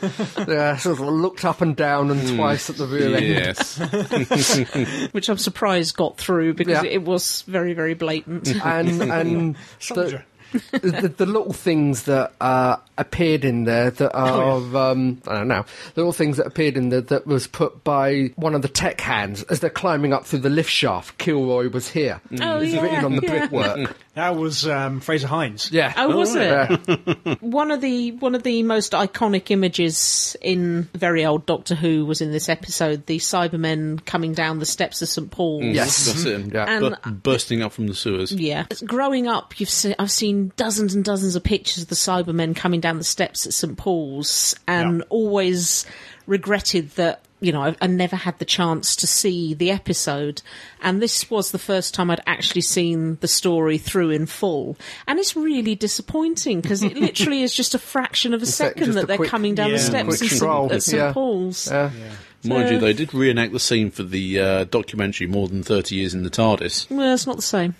Speaker 4: yeah. Sort of looked up and down and twice at the rear end.
Speaker 1: Yes.
Speaker 2: which I'm surprised got through because
Speaker 4: Yeah.
Speaker 2: it was very, very blatant.
Speaker 1: Mm-hmm.
Speaker 4: and and the,
Speaker 3: Soldier.
Speaker 4: the, the little things that uh, appeared in there that
Speaker 2: Oh,
Speaker 4: are of, um, I don't know the little things that appeared in there that was put by one of the tech hands as they're climbing up through the lift shaft. Kilroy was here.
Speaker 2: Oh,
Speaker 4: it's
Speaker 2: yeah,
Speaker 4: written on the
Speaker 2: yeah.
Speaker 4: brickwork.
Speaker 3: That was um, Fraser Hines.
Speaker 4: Yeah.
Speaker 2: Oh, was
Speaker 4: Yeah.
Speaker 2: it one of the one of the most iconic images in very old Doctor Who was in this episode? The Cybermen coming down the steps of St Paul's.
Speaker 4: Yes. Mm-hmm.
Speaker 1: That's it.
Speaker 4: Yeah.
Speaker 1: Bu- bursting up from the sewers.
Speaker 2: Yeah. Growing up, you've se- I've seen dozens and dozens of pictures of the Cybermen coming down the steps at St Paul's, and
Speaker 3: Yeah.
Speaker 2: always regretted that you know I, I never had the chance to see the episode. And this was the first time I'd actually seen the story through in full, and it's really disappointing because it literally is just a fraction of a
Speaker 4: sec-
Speaker 2: second
Speaker 4: just a
Speaker 2: that they're
Speaker 4: quick-
Speaker 2: coming down the
Speaker 3: yeah,
Speaker 2: steps
Speaker 4: quick
Speaker 2: at St-
Speaker 4: stroll,
Speaker 2: at St
Speaker 4: yeah.
Speaker 2: Paul's.
Speaker 4: Yeah.
Speaker 1: Mind you, they did reenact the scene for the uh, documentary "More Than Thirty Years in the TARDIS."
Speaker 2: Well, it's not the same.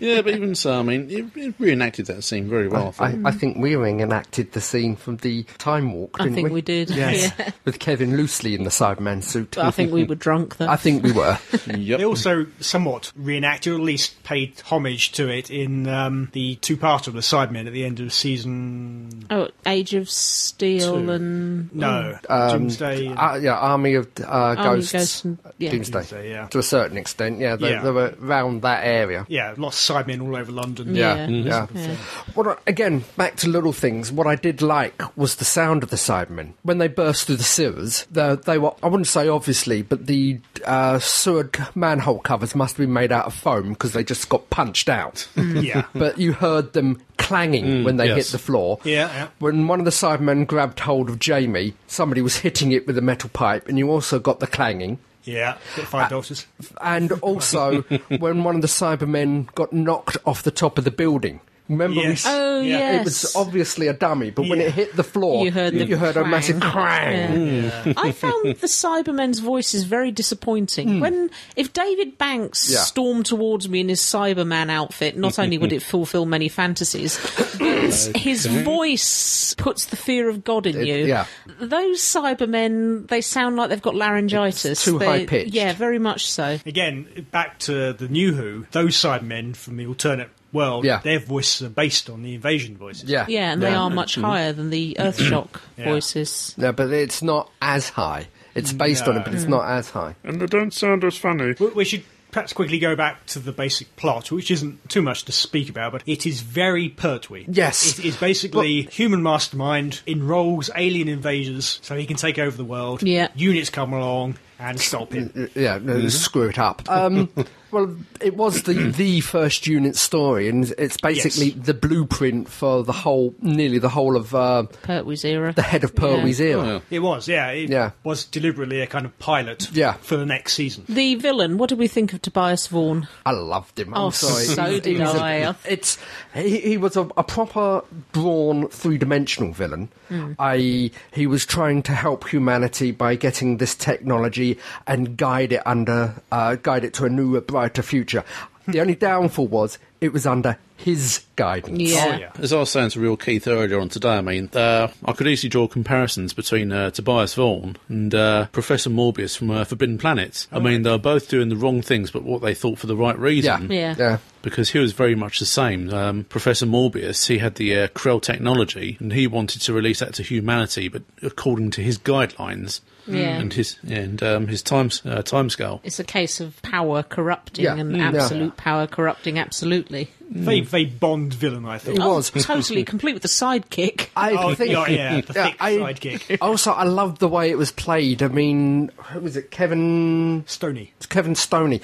Speaker 1: Yeah, but even so, I mean, it, it reenacted that scene very well. I
Speaker 4: I,
Speaker 1: thought.
Speaker 4: I think we reenacted the scene from the time walk,
Speaker 2: Hmm. I
Speaker 4: didn't
Speaker 2: think
Speaker 4: we?
Speaker 2: we, did.
Speaker 3: Yes.
Speaker 2: Yeah.
Speaker 4: With Kevin loosely in the Cyberman suit.
Speaker 2: But I think we were drunk though.
Speaker 4: I think we were.
Speaker 1: Yep.
Speaker 3: They also somewhat reenacted, or at least paid homage to it in um, the two-part of the Sidemen at the end of season.
Speaker 2: Oh, Age of Steel
Speaker 3: Two.
Speaker 2: and
Speaker 3: No,
Speaker 2: Mm.
Speaker 3: Doomsday.
Speaker 2: Um,
Speaker 3: and-
Speaker 4: Uh, yeah, Army of uh,
Speaker 2: Army
Speaker 4: Ghosts.
Speaker 2: Ghosts and- yeah.
Speaker 4: Doomsday.
Speaker 3: Doomsday, yeah.
Speaker 4: To a certain extent, yeah. They,
Speaker 3: Yeah.
Speaker 4: they were around that area.
Speaker 3: yeah, lots of Sidemen all over London.
Speaker 4: Yeah,
Speaker 2: Yeah. Mm-hmm. Oh,
Speaker 4: yeah.
Speaker 2: Yeah.
Speaker 4: What I, again, back to little things. What I did like was the sound of the Cybermen when they burst through the sewers. They, they were, I wouldn't say obviously, but the uh, sewer c- manhole covers must have been made out of foam because they just got punched out.
Speaker 3: yeah.
Speaker 4: but you heard them clanging when they
Speaker 1: yes.
Speaker 4: hit the floor.
Speaker 3: Mm, Yeah, yeah.
Speaker 4: When one of the Cybermen grabbed hold of Jamie, somebody was hitting it with a metal pipe, and you also got the clanging.
Speaker 3: Yeah, got five
Speaker 2: Uh,
Speaker 3: daughters.
Speaker 4: And also, when one of the Cybermen got knocked off the top of the building. Remember,
Speaker 3: Yes.
Speaker 4: we, s-
Speaker 2: Oh
Speaker 3: Yeah.
Speaker 2: yes,
Speaker 4: it was obviously a dummy, but when
Speaker 3: Yeah.
Speaker 4: it hit the floor,
Speaker 2: You heard the
Speaker 4: a
Speaker 2: clang.
Speaker 4: massive clang.
Speaker 2: Yeah. I found the Cybermen's voices very disappointing. When if David Banks
Speaker 4: Hmm. Yeah.
Speaker 2: stormed towards me in his Cyberman outfit, not only would it fulfil many fantasies, but his voice puts the fear of God in you.
Speaker 4: yeah.
Speaker 2: Those Cybermen, they sound like they've got laryngitis.
Speaker 4: It's too
Speaker 2: They-
Speaker 4: high-pitched.
Speaker 2: Yeah, very much so.
Speaker 3: Again, back to the New Who, those Sidemen from the alternate world,
Speaker 4: Yeah.
Speaker 3: their voices are based on the invasion voices.
Speaker 4: Yeah,
Speaker 2: Yeah, and they are much higher than the Earthshock
Speaker 3: Yeah.
Speaker 2: voices.
Speaker 4: No, but it's not as high. It's based on it, but it's not as high.
Speaker 6: and they don't sound as funny.
Speaker 3: We- We should perhaps quickly go back to the basic plot, which isn't too much to speak about, but it is very Pertwee.
Speaker 4: Yes.
Speaker 3: It is basically human mastermind enrolls alien invaders so he can take over the world.
Speaker 2: Yeah.
Speaker 3: Units come along and stop him.
Speaker 4: yeah, no,
Speaker 3: Mm-hmm.
Speaker 4: screw it up. Um, well, it was the the first unit story, and it's basically
Speaker 3: Yes.
Speaker 4: the blueprint for the whole, nearly the whole of uh,
Speaker 2: Pertwee's era.
Speaker 4: the head of Pertwee's era.
Speaker 1: yeah.
Speaker 3: It was, Oh, yeah. It
Speaker 4: Yeah.
Speaker 3: was deliberately a kind of pilot
Speaker 4: Yeah.
Speaker 3: for the next season.
Speaker 2: The villain, what did we think of Tobias Vaughan?
Speaker 4: I loved him. I'm
Speaker 2: Oh,
Speaker 4: sorry.
Speaker 2: so
Speaker 4: He- he
Speaker 2: did
Speaker 4: was a-
Speaker 2: I.
Speaker 4: it's he, he was a, a proper brawn, three dimensional villain.
Speaker 2: Hmm.
Speaker 4: I he was trying to help humanity by getting this technology and guide it under uh, guide it to a newer, brighter future. The only downfall was it was under his guidance.
Speaker 2: Yeah.
Speaker 3: Oh, yeah.
Speaker 1: As I was saying to Real Keith earlier on today, I mean, uh, I could easily draw comparisons between uh, Tobias Vaughan and uh, Professor Morbius from uh, Forbidden Planet. I mean, they were both doing the wrong things, but what they thought for the right reason.
Speaker 2: Yeah.
Speaker 4: yeah.
Speaker 1: Because he was very much the same. Um, Professor Morbius, he had the uh, Krell technology, and he wanted to release that to humanity, but according to his guidelines
Speaker 2: Yeah.
Speaker 4: Mm.
Speaker 1: and his and um, his time uh, timescale.
Speaker 2: It's a case of power corrupting
Speaker 4: Yeah.
Speaker 2: and
Speaker 4: Mm, yeah.
Speaker 2: absolute power corrupting absolutely.
Speaker 4: Hmm.
Speaker 3: Very, very Bond villain, I thought.
Speaker 4: It
Speaker 2: Oh,
Speaker 4: was.
Speaker 2: totally complete with the sidekick.
Speaker 4: I
Speaker 3: Oh,
Speaker 4: think,
Speaker 3: yeah, yeah, the thick
Speaker 4: I-
Speaker 3: sidekick.
Speaker 4: also, I loved the way it was played. I mean, who was it? Kevin
Speaker 3: Stony.
Speaker 4: Kevin Stoney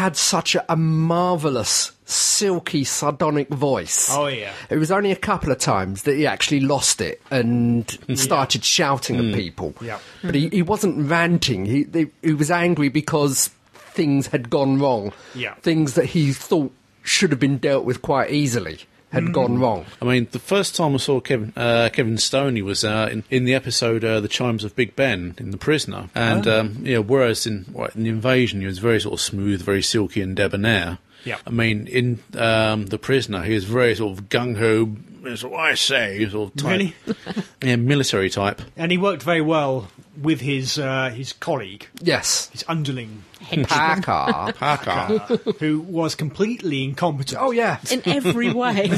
Speaker 4: had such a, a marvelous, silky, sardonic voice.
Speaker 3: Oh, yeah.
Speaker 4: It was only a couple of times that he actually lost it and started shouting at people.
Speaker 3: Yeah.
Speaker 4: But he, he wasn't ranting. He, he he was angry because things had gone wrong.
Speaker 3: Yeah.
Speaker 4: Things that he thought should have been dealt with quite easily. had
Speaker 3: Mm.
Speaker 4: gone wrong.
Speaker 1: I mean, the first time I saw Kevin uh, Kevin Stone, he was uh, in, in the episode uh, "The Chimes of Big Ben" in The Prisoner, and
Speaker 3: Oh.
Speaker 1: um, yeah, whereas in, well, in the Invasion, he was very sort of smooth, very silky and debonair.
Speaker 3: Yeah.
Speaker 1: I mean, in um, The Prisoner, he was very sort of gung ho. That's what I say, sort of type.
Speaker 3: Really?
Speaker 1: yeah, military type.
Speaker 3: And he worked very well with his uh, his colleague,
Speaker 4: Yes.
Speaker 3: his underling,
Speaker 4: Packer.
Speaker 1: Parker.
Speaker 3: who was completely incompetent.
Speaker 4: oh, yeah.
Speaker 2: in every way.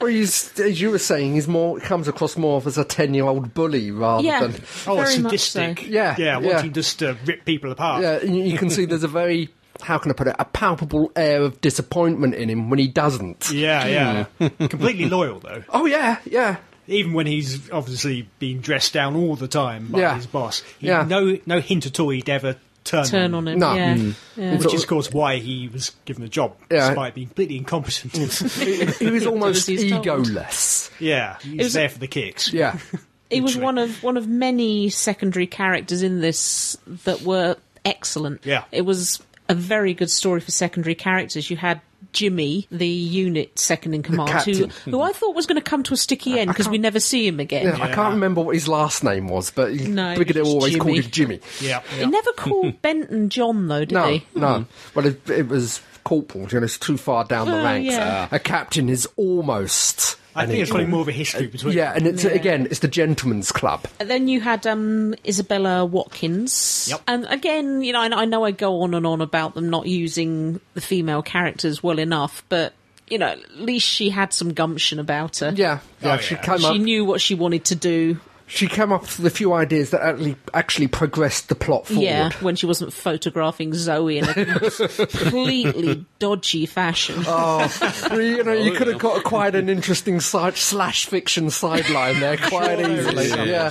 Speaker 4: Well, he's, as you were saying, he's more comes across more of as a ten-year-old bully rather
Speaker 2: yeah,
Speaker 4: than.
Speaker 3: oh
Speaker 2: very
Speaker 3: sadistic.
Speaker 2: much so.
Speaker 4: Yeah,
Speaker 3: yeah,
Speaker 4: yeah.
Speaker 3: wanting just to rip people apart.
Speaker 4: Yeah, you you can see there's a very how can I put it a palpable air of disappointment in him when he doesn't.
Speaker 3: Yeah,
Speaker 4: Hmm.
Speaker 3: yeah. completely loyal though.
Speaker 4: Oh yeah, yeah.
Speaker 3: Even when he's obviously being dressed down all the time by
Speaker 4: Yeah.
Speaker 3: his boss, he,
Speaker 4: Yeah.
Speaker 3: no, no hint at all he'd ever turn,
Speaker 2: Turn on him.
Speaker 4: No.
Speaker 2: Yeah.
Speaker 4: Mm.
Speaker 2: yeah.
Speaker 4: It's
Speaker 3: Which
Speaker 4: all-
Speaker 3: is, of course, why he was given the job,
Speaker 4: Yeah.
Speaker 3: despite being completely incompetent.
Speaker 4: He- He was almost
Speaker 2: he's told.
Speaker 4: egoless.
Speaker 3: yeah, he's
Speaker 2: was-
Speaker 3: there for the kicks.
Speaker 4: Yeah,
Speaker 2: He was
Speaker 3: Literally.
Speaker 2: one of one of many secondary characters in this that were excellent.
Speaker 3: Yeah.
Speaker 2: it was a very good story for secondary characters. You had. Jimmy, the unit second in command, who,
Speaker 4: captain.
Speaker 2: who I thought was going to come to a sticky end because we never see him again.
Speaker 4: I can't remember what his last name was, but he-
Speaker 2: No,
Speaker 4: Brigadier
Speaker 2: it was
Speaker 4: always called
Speaker 2: Jimmy.
Speaker 4: him Jimmy.
Speaker 3: Yeah,
Speaker 2: He never called Benton John though, did
Speaker 4: No,
Speaker 2: he?
Speaker 4: no. Well, it, it was corporal. You know, it's too far down the
Speaker 2: Oh,
Speaker 4: ranks.
Speaker 2: yeah.
Speaker 4: A captain is almost.
Speaker 3: I
Speaker 4: an
Speaker 3: think it's
Speaker 4: equal.
Speaker 3: probably more of a history between.
Speaker 4: Yeah, and it's again, it's the gentleman's club.
Speaker 2: And then you had um, Isabella Watkins.
Speaker 3: Yep.
Speaker 2: And again, you know, I, I know I go on and on about them not using the female characters well enough, but you know, at least she had some gumption about her.
Speaker 4: Yeah, yeah.
Speaker 3: Oh,
Speaker 4: She
Speaker 3: yeah.
Speaker 4: came
Speaker 2: She
Speaker 4: up.
Speaker 2: knew what she wanted to do.
Speaker 4: she came up with a few ideas that actually actually progressed the plot forward.
Speaker 2: Yeah, when she wasn't photographing Zoe in a completely dodgy fashion.
Speaker 4: Oh, you know, you could have got quite an interesting side, slash fiction sideline there quite easily.
Speaker 1: yeah.
Speaker 4: Yeah.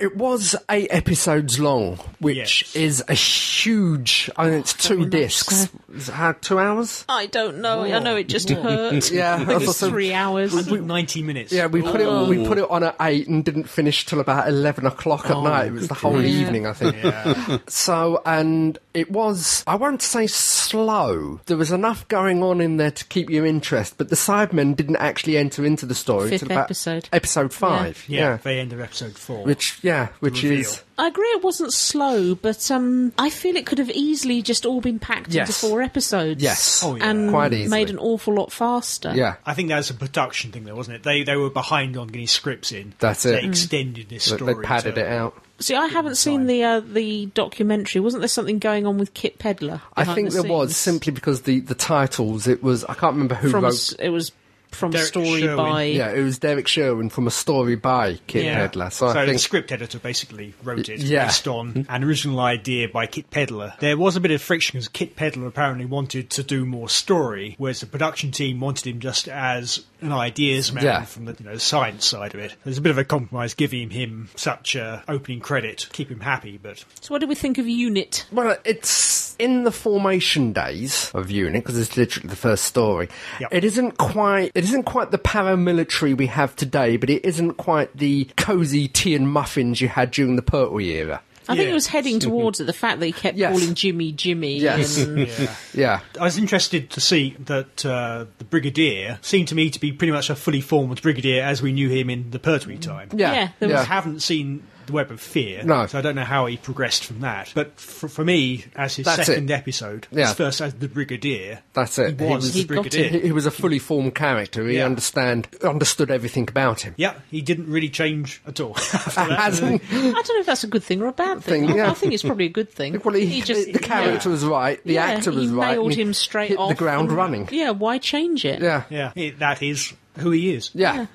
Speaker 4: It was eight episodes long, which
Speaker 3: Yes.
Speaker 4: is a huge. I mean, it's two discs. Is it How two hours?
Speaker 2: I don't know. I know it just hurt.
Speaker 4: Yeah,
Speaker 2: it
Speaker 4: that's
Speaker 2: was
Speaker 4: also-
Speaker 2: three hours.
Speaker 3: 190 minutes.
Speaker 4: Yeah, we put it we put it on at eight and didn't finish till about eleven o'clock
Speaker 3: Oh,
Speaker 4: at night. It was the whole evening, I think. So, and it was I won't say slow. There was enough going on in there to keep your interest, but the Sidemen didn't actually enter into the story
Speaker 2: Fifth
Speaker 4: till about
Speaker 2: episode.
Speaker 4: episode five.
Speaker 3: yeah,
Speaker 4: yeah.
Speaker 3: They end of episode four.
Speaker 4: Which yeah, which
Speaker 3: reveal.
Speaker 4: is
Speaker 2: I agree it wasn't slow, but um, I feel it could have easily just all been packed into
Speaker 4: Yes.
Speaker 2: four episodes.
Speaker 4: Yes.
Speaker 3: Oh, yeah.
Speaker 2: And
Speaker 4: Quite easily.
Speaker 2: made an awful lot faster.
Speaker 4: yeah.
Speaker 3: I think that was a production thing, though, wasn't it? They they were behind on getting scripts in.
Speaker 4: That's
Speaker 3: so
Speaker 4: it. Mm.
Speaker 3: They extended this
Speaker 4: They,
Speaker 3: story.
Speaker 4: they padded
Speaker 3: to-
Speaker 4: it out.
Speaker 2: See, I haven't seen the uh, the documentary. Wasn't there something going on with Kit Pedler?
Speaker 4: I think there was simply because the the titles. It was I can't remember who
Speaker 2: from a
Speaker 4: wrote.
Speaker 2: s- it was from a
Speaker 3: Derek
Speaker 2: story
Speaker 3: Sherwin.
Speaker 2: by
Speaker 4: yeah, it was Derek Sherwin from a story by Kit Pedler. So, I
Speaker 3: the
Speaker 4: think
Speaker 3: script editor basically wrote it
Speaker 4: Yeah. Mm.
Speaker 3: based on an original idea by Kit Pedler. There was a bit of friction because Kit Pedler apparently wanted to do more story, whereas the production team wanted him just as an ideas man
Speaker 4: Yeah.
Speaker 3: from the you know, science side of it. There's a bit of a compromise giving him such a opening credit, keep him happy, but
Speaker 2: So what did we think of Unit?
Speaker 4: Well, it's in the formation days of UNIT because it's literally the first story.
Speaker 3: Yep.
Speaker 4: It isn't quite. It isn't quite the paramilitary we have today, but it isn't quite the cosy tea and muffins you had during the Purple era.
Speaker 2: I think
Speaker 3: Yeah.
Speaker 2: it was heading towards it. The fact that he kept
Speaker 4: Yes.
Speaker 2: calling Jimmy Jimmy.
Speaker 4: Yes.
Speaker 2: And,
Speaker 3: yeah.
Speaker 4: Yeah,
Speaker 3: I was interested to see that uh, the Brigadier seemed to me to be pretty much a fully formed Brigadier as we knew him in the Pertwee time.
Speaker 4: Mm. yeah,
Speaker 2: Yeah, there
Speaker 3: I
Speaker 2: was-
Speaker 3: haven't seen The Web of Fear,
Speaker 4: No.
Speaker 3: so I don't know how he progressed from that. But for, for me, as his
Speaker 4: That's it.
Speaker 3: second episode,
Speaker 4: Yeah.
Speaker 3: his first as the Brigadier,
Speaker 4: That's it.
Speaker 3: he
Speaker 4: He
Speaker 3: was
Speaker 4: was-
Speaker 3: the
Speaker 2: He got
Speaker 3: Brigadier.
Speaker 4: He, he was a fully formed character. He
Speaker 3: Yeah.
Speaker 4: understand understood everything about him.
Speaker 3: Yeah, he didn't really change at all. after that.
Speaker 4: Hasn't-
Speaker 2: I don't know if that's a good thing or a bad thing.
Speaker 4: Thing,
Speaker 2: I- I,
Speaker 4: yeah.
Speaker 2: think it's probably a good thing.
Speaker 4: Well, he, the character was right. The
Speaker 2: yeah,
Speaker 4: actor
Speaker 2: he
Speaker 4: was right.
Speaker 2: Nailed
Speaker 4: and he
Speaker 2: him straight
Speaker 4: hit
Speaker 2: off.
Speaker 4: the ground
Speaker 2: and-
Speaker 4: running.
Speaker 2: Yeah, why change it?
Speaker 4: Yeah. yeah,
Speaker 3: yeah, he- that is who he is.
Speaker 4: yeah,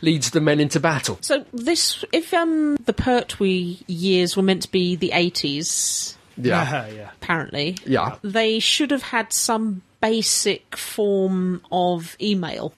Speaker 4: Leads the men into battle.
Speaker 2: So this, if um, the Pertwee years were meant to be the eighties,
Speaker 4: Yeah,
Speaker 3: yeah.
Speaker 2: apparently,
Speaker 4: yeah.
Speaker 2: they should have had some basic form of email.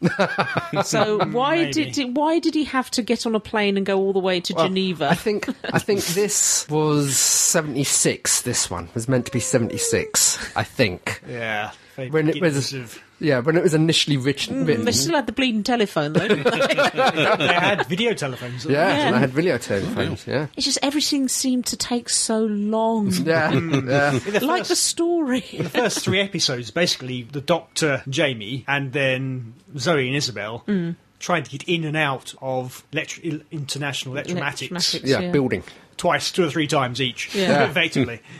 Speaker 2: so why
Speaker 3: Maybe.
Speaker 2: did why did he have to get on a plane and go all the way to
Speaker 4: Well,
Speaker 2: Geneva?
Speaker 4: I think I think this was seventy six. This one was meant to be seventy six. I think
Speaker 3: Yeah.
Speaker 4: when it was
Speaker 3: Beginnings of-
Speaker 4: Yeah, when it was initially rich- written.
Speaker 2: They still had the bleeding telephone, though. didn't they?
Speaker 3: they had video telephones.
Speaker 4: yeah,
Speaker 2: Yeah.
Speaker 4: and I had video telephones. Yeah.
Speaker 2: it's just everything seemed to take so long.
Speaker 4: Yeah, yeah.
Speaker 2: like the story.
Speaker 3: The first three episodes, basically, the Doctor, Jamie, and then Zoe and Isabel trying to get in and out of electro- il- international electromatics
Speaker 2: Electromatics.
Speaker 4: yeah,
Speaker 2: Yeah.
Speaker 4: building.
Speaker 3: twice, two or three times each,
Speaker 2: Yeah.
Speaker 3: effectively.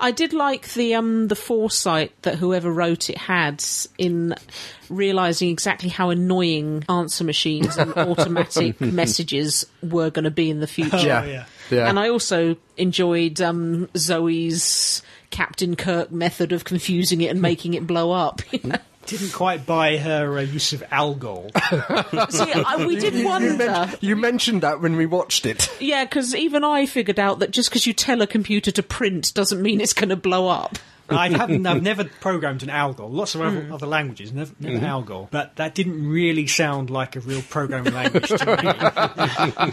Speaker 2: I did like the um the foresight that whoever wrote it had in realizing exactly how annoying answer machines and automatic messages were going to be in the future.
Speaker 4: Yeah,
Speaker 3: yeah.
Speaker 4: yeah.
Speaker 2: And I also enjoyed um, Zoe's Captain Kirk method of confusing it and making it blow up.
Speaker 3: Didn't quite buy her uh, use of algol.
Speaker 2: See, I, we did
Speaker 4: you,
Speaker 2: wonder.
Speaker 4: men- you mentioned that when we watched it.
Speaker 2: Yeah, because even I figured out that just because you tell a computer to print doesn't mean it's going to blow up.
Speaker 3: I haven't, I've never programmed an algol. Lots of other, other languages, never, never algol. But that didn't really sound like a real programming language to me.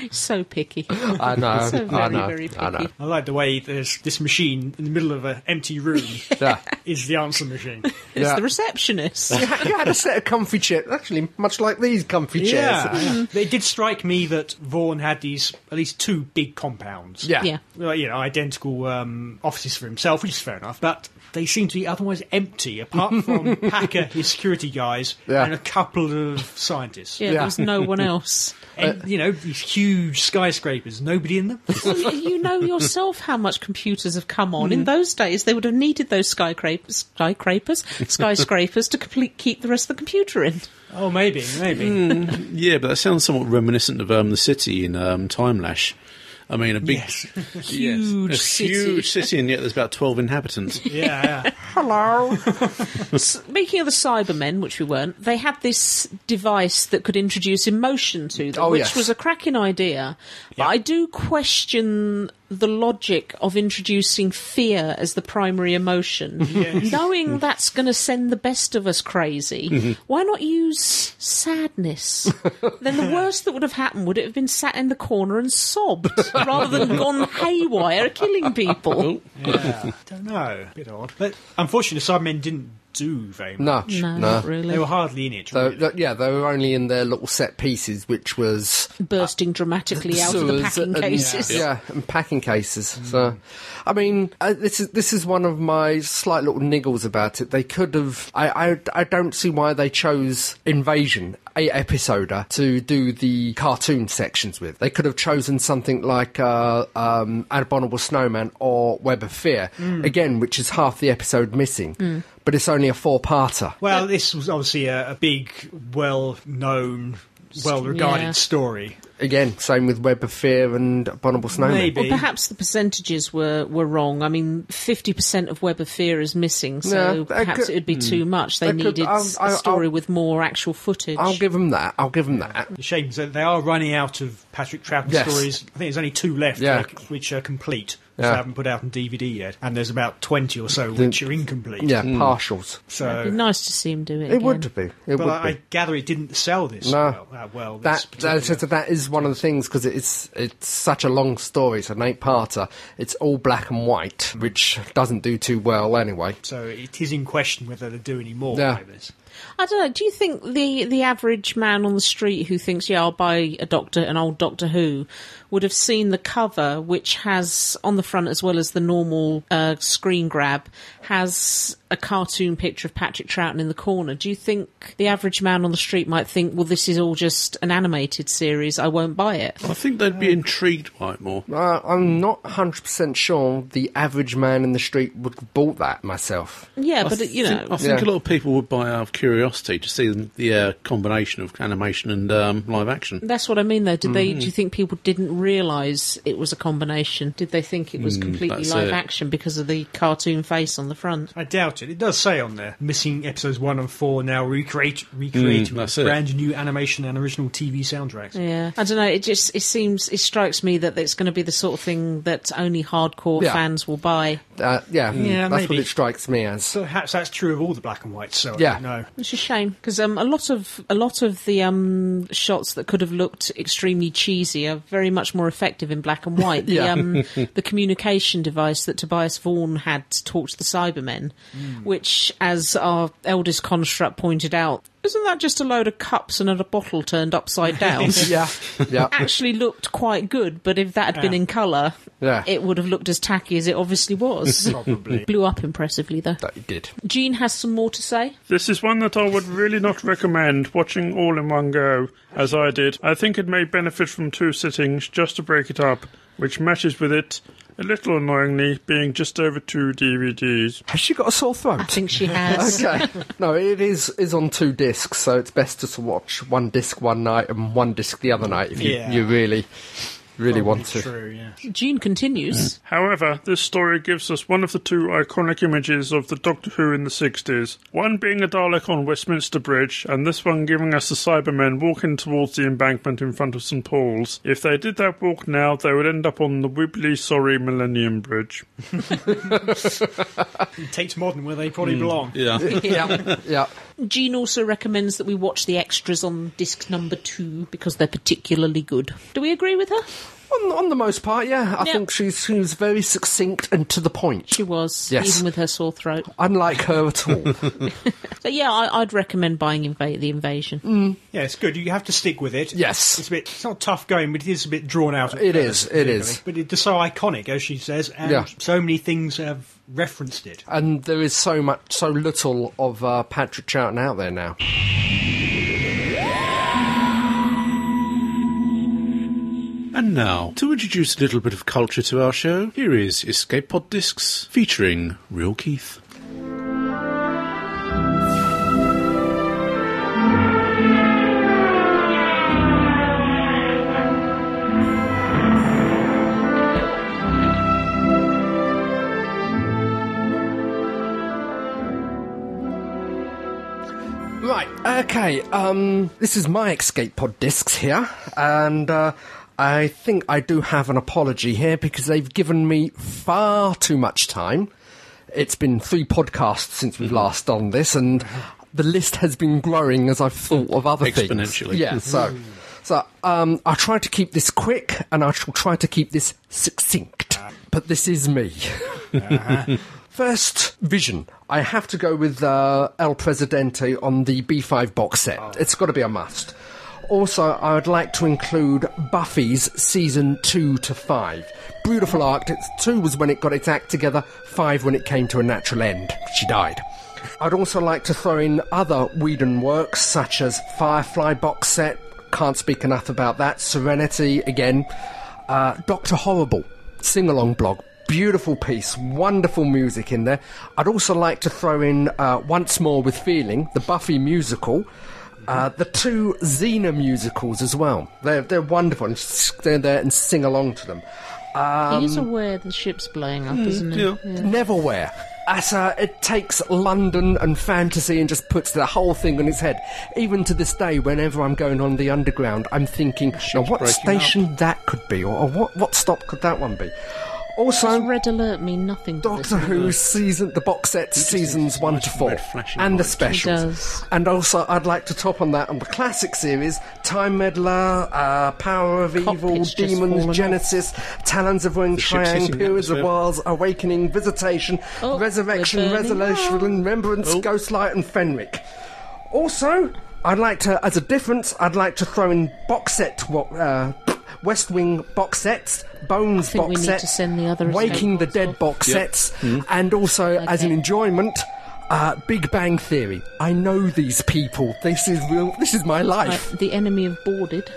Speaker 2: It's so picky.
Speaker 4: I know.
Speaker 2: So
Speaker 4: I
Speaker 2: very,
Speaker 4: know.
Speaker 2: very picky.
Speaker 4: I know.
Speaker 3: I like the way there's this machine in the middle of an empty room
Speaker 4: Yeah.
Speaker 3: is the answer machine.
Speaker 2: It's
Speaker 4: Yeah.
Speaker 2: the receptionist.
Speaker 4: you had you had a set of comfy chairs, actually, much like these comfy chairs.
Speaker 3: Yeah, it did strike me that Vaughan had these at least two big compounds.
Speaker 4: Yeah.
Speaker 2: Yeah.
Speaker 3: Well, you know, identical um, offices for himself, which is fair enough. But they seem to be otherwise empty, apart from Packer, his security guys,
Speaker 4: Yeah.
Speaker 3: and a couple of scientists.
Speaker 2: Yeah,
Speaker 4: Yeah.
Speaker 2: there was no one else.
Speaker 3: And you know, these huge skyscrapers, nobody in them.
Speaker 2: well, you know yourself how much computers have come on.
Speaker 4: Mm.
Speaker 2: In those days, they would have needed those skyscrapers, skyscrapers, skyscrapers to complete, keep the rest of the computer in.
Speaker 3: oh, maybe, maybe.
Speaker 1: Yeah, but that sounds somewhat reminiscent of um, the city in um, Time Lash. I mean, a big,
Speaker 3: Yes.
Speaker 1: yes,
Speaker 2: Huge
Speaker 1: a
Speaker 2: city.
Speaker 1: huge city, and yet there's about twelve inhabitants.
Speaker 3: Yeah, yeah.
Speaker 2: Hello. Speaking of the Cybermen, which we weren't, they had this device that could introduce emotion to them,
Speaker 4: Oh,
Speaker 2: which
Speaker 4: yes.
Speaker 2: was a cracking idea. But I do question the logic of introducing fear as the primary emotion, knowing that's going to send the best of us crazy. Why not use sadness? then the worst that would have happened would it have been sat in the corner and sobbed rather than gone haywire, killing people.
Speaker 3: yeah. Don't know. Bit odd. But unfortunately, the Cybermen didn't do very much.
Speaker 4: No.
Speaker 2: No,
Speaker 4: No.
Speaker 2: not really.
Speaker 3: They were hardly in it.
Speaker 4: So,
Speaker 3: really.
Speaker 4: th- yeah, they were only in their little set pieces, which was
Speaker 2: bursting dramatically out of the
Speaker 4: sewers
Speaker 2: packing
Speaker 4: and-
Speaker 2: cases.
Speaker 4: Yeah, and packing cases. So, I mean, uh, this is this is one of my slight little niggles about it. They could have. I I, I don't see why they chose Invasion. Eight episoder to do the cartoon sections with. They could have chosen something like uh, um, Abominable Snowman or Web of Fear,
Speaker 2: Mm.
Speaker 4: again, which is half the episode missing, but it's only a four-parter.
Speaker 3: Well, this was obviously a, a big, well-known, well-regarded
Speaker 2: Yeah.
Speaker 3: story.
Speaker 4: Again, same with Web of Fear and Abominable Snowman.
Speaker 3: Maybe.
Speaker 2: Or perhaps the percentages were, were wrong. I mean, 50% of Web of Fear is missing, so
Speaker 4: Yeah, I
Speaker 2: perhaps
Speaker 4: could-
Speaker 2: it would be too much.
Speaker 4: I
Speaker 2: They
Speaker 4: could-
Speaker 2: needed
Speaker 4: I'll-
Speaker 2: s-
Speaker 4: I'll-
Speaker 2: a story
Speaker 4: I'll-
Speaker 2: with more actual footage.
Speaker 4: I'll give them that. I'll give them that.
Speaker 3: The shame is that they are running out of Patrick Troughton
Speaker 4: Yes.
Speaker 3: stories. I think there's only two left,
Speaker 4: Yeah.
Speaker 3: uh, which are complete, which
Speaker 4: Yeah.
Speaker 3: they haven't put out on DVD yet, and there's about twenty or so which are incomplete.
Speaker 4: Yeah, partials.
Speaker 2: It'd be
Speaker 3: So,
Speaker 2: nice to see him do it.
Speaker 4: It
Speaker 2: again.
Speaker 4: would be. It
Speaker 3: but
Speaker 4: would
Speaker 3: I, I
Speaker 4: be.
Speaker 3: gather it didn't sell this
Speaker 4: No.
Speaker 3: well. Uh, well
Speaker 4: That,
Speaker 3: this
Speaker 4: that,
Speaker 3: particular-
Speaker 4: so that is one of the things because it's it's such a long story. It's an eight-parter. It's all black and white, which doesn't do too well anyway.
Speaker 3: so it is in question whether they do any more
Speaker 4: Yeah.
Speaker 3: like this.
Speaker 2: I don't know. Do you think the, the average man on the street who thinks, yeah, I'll buy a Doctor, an old Doctor Who, would have seen the cover, which has on the front as well as the normal uh, screen grab, has a cartoon picture of Patrick Troughton in the corner? Do you think the average man on the street might think, well, this is all just an animated series, I won't buy it?
Speaker 1: I think they'd be intrigued by it more.
Speaker 4: Uh, I'm not 100% sure the average man in the street would have bought that myself.
Speaker 2: Yeah, but, you
Speaker 1: I
Speaker 2: know.
Speaker 1: think, I think
Speaker 4: Yeah.
Speaker 1: a lot of people would buy out of curiosity to see the uh, combination of animation and um, live action.
Speaker 2: That's what I mean, though. Did they? Do you think people didn't realise it was a combination? Did they think it was completely
Speaker 1: Mm, that's
Speaker 2: live
Speaker 1: it.
Speaker 2: action because of the cartoon face on the front?
Speaker 3: I doubt it. It does say on there missing episodes one and four now recreate recreated
Speaker 1: Mm,
Speaker 3: with
Speaker 1: that's it.
Speaker 3: brand new animation and original TV soundtracks.
Speaker 2: Yeah, I don't know. It just it seems it strikes me that it's going to be the sort of thing that only hardcore
Speaker 4: Yeah.
Speaker 2: fans will buy.
Speaker 4: Uh, yeah,
Speaker 3: Yeah,
Speaker 4: that's
Speaker 3: maybe.
Speaker 4: what it strikes me as.
Speaker 3: Perhaps that's true of all the black and whites. So
Speaker 4: Yeah.
Speaker 3: no,
Speaker 2: It's a shame because um, a lot of a lot of the um, shots that could have looked extremely cheesy are very much more effective in black and white. The
Speaker 4: Yeah.
Speaker 2: um, the communication device that Tobias Vaughan had to talk to the Cybermen,
Speaker 4: Mm.
Speaker 2: which, as our eldest construct pointed out, isn't that just a load of cups and a bottle turned upside down?
Speaker 4: Yeah, yeah.
Speaker 2: Actually looked quite good, but if that had been in colour,
Speaker 4: Yeah.
Speaker 2: it would have looked as tacky as it obviously was.
Speaker 3: probably.
Speaker 2: Blew up impressively though.
Speaker 4: That it did.
Speaker 2: Jean has some more to say.
Speaker 6: This is one that I would really not recommend watching all in one go, as I did. I think it may benefit from two sittings just to break it up, which matches with it, a little annoyingly, being just over two DVDs.
Speaker 4: Has she got a sore throat?
Speaker 2: I think she has.
Speaker 4: okay. No, it is is on two discs, so it's best just to watch one disc one night and one disc the other night if you,
Speaker 3: Yeah.
Speaker 4: you really, really want to.
Speaker 3: True, yeah.
Speaker 2: Jean continues.
Speaker 6: However, this story gives us one of the two iconic images of the Doctor Who in the 60s, one being a Dalek on Westminster Bridge, and this one giving us the Cybermen walking towards the embankment in front of St Paul's. If they did that walk now, they would end up on the wibbly sorry Millennium Bridge.
Speaker 3: It takes modern where they
Speaker 4: Hmm.
Speaker 3: probably belong.
Speaker 1: Yeah.
Speaker 4: yeah, yeah.
Speaker 2: Jean also recommends that we watch the extras on disc number two because they're particularly good. Do we agree with her?
Speaker 4: On, on the most part, yeah. I
Speaker 2: Yeah.
Speaker 4: think she's she was very succinct and to the point.
Speaker 2: She was,
Speaker 4: Yes.
Speaker 2: even with her sore throat.
Speaker 4: Unlike her at all.
Speaker 2: So yeah, I, I'd recommend buying Inva- the Invasion.
Speaker 3: Yeah, it's good. You have to stick with it.
Speaker 4: Yes.
Speaker 3: it's a bit. It's not tough going, but it is a bit drawn out. at
Speaker 4: It
Speaker 3: first,
Speaker 4: is, it
Speaker 3: really.
Speaker 4: is.
Speaker 3: But it's so iconic, as she says, and
Speaker 4: Yeah.
Speaker 3: so many things have referenced it.
Speaker 4: and there is so much, so little of uh, Patrick Troughton out there now.
Speaker 1: And now, to introduce a little bit of culture to our show, here is Escape Pod Discs featuring Real Keith.
Speaker 4: Right, okay, um, this is my escape pod discs here, and uh, I think I do have an apology here because they've given me far too much time. It's been three podcasts since we've last done this, and the list has been growing as I've thought of other things.
Speaker 1: Exponentially.
Speaker 4: Yeah, so. So um, I try to keep this quick, and I shall try to keep this succinct. But this is me. First vision. I have to go with uh, El Presidente on the B5 box set. It's got to be a must. Also, I would like to include Buffy's season 2 to 5. Beautiful arc. It's 2 was when it got its act together, 5 when it came to a natural end. She died. I'd also like to throw in other Whedon works such as Firefly box set. Can't speak enough about that. Serenity again. Uh, Doctor Horrible sing along blog. Beautiful piece, wonderful music in there. I'd also like to throw in uh, Once More with Feeling, the Buffy musical, uh, the two Xena musicals as well. They're, they're wonderful, and stand there and sing along to them. Mm.
Speaker 2: he
Speaker 4: Um,
Speaker 2: is aware the ship's blowing up, isn't he?
Speaker 4: Neverwhere. As, uh, it takes London and fantasy and just puts the whole thing on its head. Even to this day, whenever I'm going on the underground, I'm thinking, now what station that could be, or, or what, what stop could that one be? Also,
Speaker 2: Red alert mean nothing. to
Speaker 4: Doctor
Speaker 2: this.
Speaker 4: Who season, the box set seasons one to four,
Speaker 1: red flashing
Speaker 4: and the
Speaker 1: lights.
Speaker 4: specials.
Speaker 2: He does.
Speaker 4: And also, I'd like to top on that on the classic series: Time Meddler, uh, Power of Evil,
Speaker 2: Cockpit's just
Speaker 4: Demons,
Speaker 2: fallen off.
Speaker 4: Genesis, Talons of Wing
Speaker 1: ship's
Speaker 4: Triang,
Speaker 1: hitting
Speaker 4: Periods of
Speaker 1: atmosphere.
Speaker 4: Wiles, Awakening, Visitation,
Speaker 2: Oh,
Speaker 4: Resurrection,
Speaker 2: we're burning
Speaker 4: Resolution,
Speaker 2: up. Oh.
Speaker 4: Remembrance, Ghostlight, and Fenric. Also, I'd like to, as a difference, I'd like to throw in box set. What? Uh, West Wing box sets, Bones
Speaker 2: I think we
Speaker 4: box
Speaker 2: need
Speaker 4: sets,
Speaker 2: to send the other
Speaker 4: Waking
Speaker 2: escape
Speaker 4: the
Speaker 2: pods
Speaker 4: Dead
Speaker 2: off.
Speaker 4: box sets, and also as an
Speaker 2: Okay.
Speaker 4: enjoyment, uh, Big Bang Theory. I know these people. This is real. This is my life.
Speaker 2: Right, the enemy have boarded.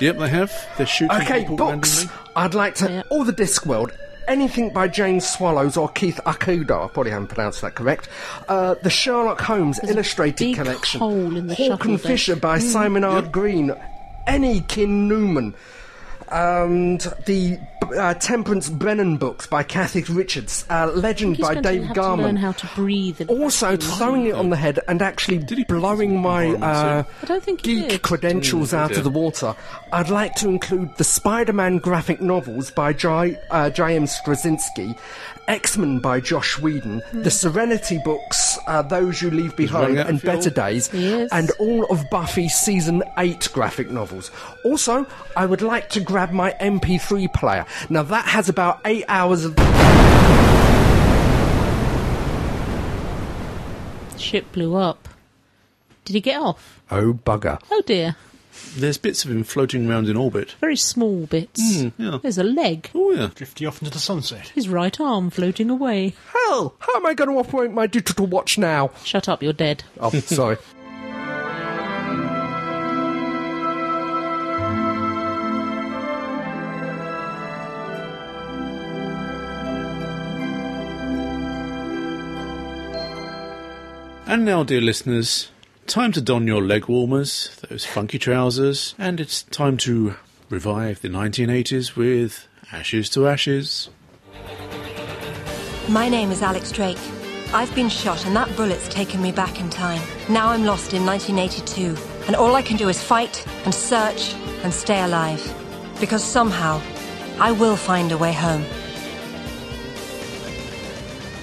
Speaker 1: Yep, they have. They're shooting
Speaker 4: Okay,
Speaker 1: people
Speaker 4: books.
Speaker 1: randomly.
Speaker 4: I'd like to
Speaker 2: Yeah.
Speaker 4: all the Discworld. Anything by James Swallows or Keith Akudo, I probably haven't pronounced that correct. Uh, the Sherlock Holmes
Speaker 2: a
Speaker 4: Illustrated
Speaker 2: big
Speaker 4: Collection.
Speaker 2: hole in the Mm.
Speaker 4: Hawk
Speaker 2: shuttle
Speaker 4: and
Speaker 2: deck.
Speaker 4: Fisher by Simon R. Green. Any Kin Newman. And the b- uh, Temperance Brennan books by Kathy Richards, uh, Legend
Speaker 2: He's
Speaker 4: by
Speaker 2: going to
Speaker 4: Dave
Speaker 2: have to learn
Speaker 4: Garman.
Speaker 2: how to breathe. And
Speaker 4: also throwing it on the head and actually blowing my uh,
Speaker 2: I don't think he
Speaker 4: geek
Speaker 2: did.
Speaker 4: credentials out of the water. I'd like to include the Spider-Man graphic novels by J. Uh, J.M. Straczynski, X-Men by Josh Whedon,
Speaker 2: Hmm.
Speaker 4: the Serenity books, uh, Those You Leave Behind,
Speaker 1: running out of
Speaker 4: and
Speaker 1: fuel.
Speaker 4: Better Days,
Speaker 2: Yes.
Speaker 4: and all of Buffy's season eight graphic novels. Also, I would like to grab my MP3 player. Now that has about eight hours of.
Speaker 2: ship blew up. Did he get off?
Speaker 4: Oh bugger.
Speaker 2: Oh dear.
Speaker 1: There's bits of him floating around in orbit.
Speaker 2: Very small bits.
Speaker 1: yeah.
Speaker 2: There's a leg.
Speaker 1: Oh, yeah.
Speaker 3: Drifting off into the sunset.
Speaker 2: His right arm floating away.
Speaker 4: Hell, how am I going to operate my digital watch now?
Speaker 2: Shut up, you're dead.
Speaker 4: Oh, sorry.
Speaker 1: And now, dear listeners, time to don your leg warmers, those funky trousers, and it's time to revive the 1980s with Ashes to Ashes.
Speaker 7: My name is Alex Drake. I've been shot, and that bullet's taken me back in time. Now I'm lost in 1982, and all I can do is fight and search and stay alive. Because somehow, I will find a way home.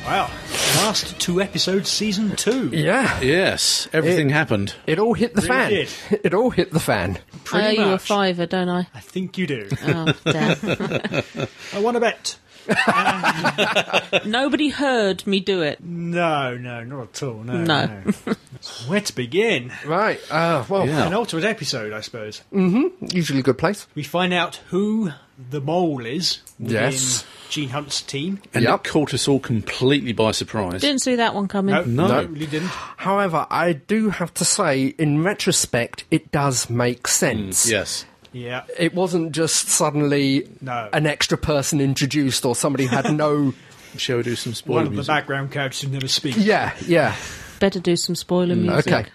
Speaker 3: Wow. Last two episodes, season two.
Speaker 4: Yeah.
Speaker 1: Yes, everything happened.
Speaker 4: It all hit the
Speaker 3: Really
Speaker 4: fan.
Speaker 3: did.
Speaker 4: It all hit the fan.
Speaker 2: I owe
Speaker 3: Pretty
Speaker 2: you Uh, a
Speaker 3: much.
Speaker 2: fiver, don't I?
Speaker 3: I think you do.
Speaker 2: Oh, damn.
Speaker 3: I want to bet.
Speaker 2: Nobody heard me do it.
Speaker 3: No, no, not at all. No.
Speaker 2: No.
Speaker 3: Where to begin?
Speaker 4: Right. Uh, well,
Speaker 1: Yeah.
Speaker 3: An alternate episode, I suppose.
Speaker 4: usually a good place.
Speaker 3: We find out who the mole is. within
Speaker 4: Yes.
Speaker 3: Gene Hunt's team.
Speaker 1: And
Speaker 4: Yep.
Speaker 1: it caught us all completely by surprise.
Speaker 2: Didn't see that one coming.
Speaker 3: No,
Speaker 1: No.
Speaker 3: no, really didn't.
Speaker 4: However, I do have to say, in retrospect, it does make sense.
Speaker 1: Yes.
Speaker 3: Mm, Yeah.
Speaker 4: It wasn't just suddenly
Speaker 3: No.
Speaker 4: an extra person introduced or somebody had no.
Speaker 1: Shall we do some spoiler
Speaker 3: One of the
Speaker 1: music?
Speaker 3: background characters who never speaks.
Speaker 4: yeah, yeah.
Speaker 2: Better do some spoiler music.
Speaker 4: Okay.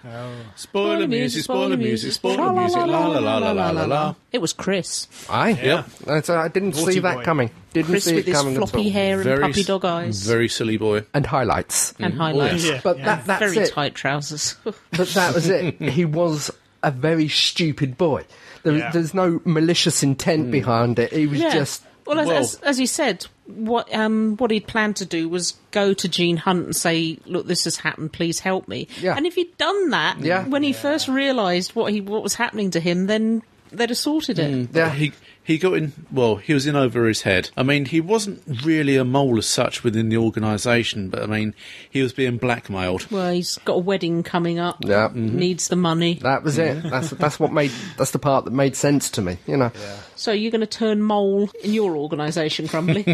Speaker 1: Spoiler music, spoiler music, spoiler music, la la la la la la la.
Speaker 2: It was Chris.
Speaker 4: I.
Speaker 1: Yep.
Speaker 4: That's- I didn't
Speaker 3: Naughty
Speaker 4: see that
Speaker 3: boy.
Speaker 4: coming. Didn't
Speaker 2: Chris
Speaker 4: see
Speaker 2: with
Speaker 4: it
Speaker 2: his
Speaker 4: coming. at
Speaker 2: floppy
Speaker 4: all.
Speaker 2: hair and
Speaker 1: Very
Speaker 2: puppy
Speaker 1: s-
Speaker 2: dog eyes
Speaker 1: Very silly boy.
Speaker 4: And highlights.
Speaker 2: and highlights.
Speaker 1: yes.
Speaker 4: But
Speaker 3: Yeah.
Speaker 4: that, that's
Speaker 2: Very
Speaker 4: it.
Speaker 2: tight trousers.
Speaker 4: But that was it. he was a very stupid boy. There,
Speaker 3: Yeah. Mm.
Speaker 4: There's no malicious intent behind it. He was just.
Speaker 2: well, as,
Speaker 1: Well-
Speaker 2: as, as he said, what um, what he'd planned to do was go to Gene Hunt and say, "Look, this has happened. Please help me."
Speaker 4: Yeah.
Speaker 2: And if he'd done that
Speaker 4: Yeah.
Speaker 2: when he first realised what he what was happening to him, then they'd have sorted it.
Speaker 4: Yeah.
Speaker 1: He he got in. Well, he was in over his head. I mean, he wasn't really a mole as such within the organisation, but I mean, he was being blackmailed.
Speaker 2: Well, he's got a wedding coming up.
Speaker 4: Yeah. mm, Mm-hmm.
Speaker 2: Needs the money.
Speaker 4: That was
Speaker 3: Mm.
Speaker 4: it. That's that's what made that's the part that made sense to me. You know.
Speaker 2: So you're going to turn mole in your organisation, Crumbly?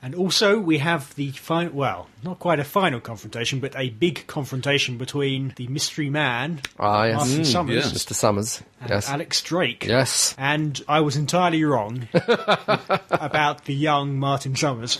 Speaker 3: And also, we have the final, well, not quite a final confrontation, but a big confrontation between the mystery man,
Speaker 4: Ah, yes.
Speaker 3: Martin Summers,
Speaker 1: yes.
Speaker 4: Mr. Summers.
Speaker 3: and
Speaker 4: Yes.
Speaker 3: Alex Drake.
Speaker 4: Yes.
Speaker 3: And I was entirely wrong about the young Martin Summers.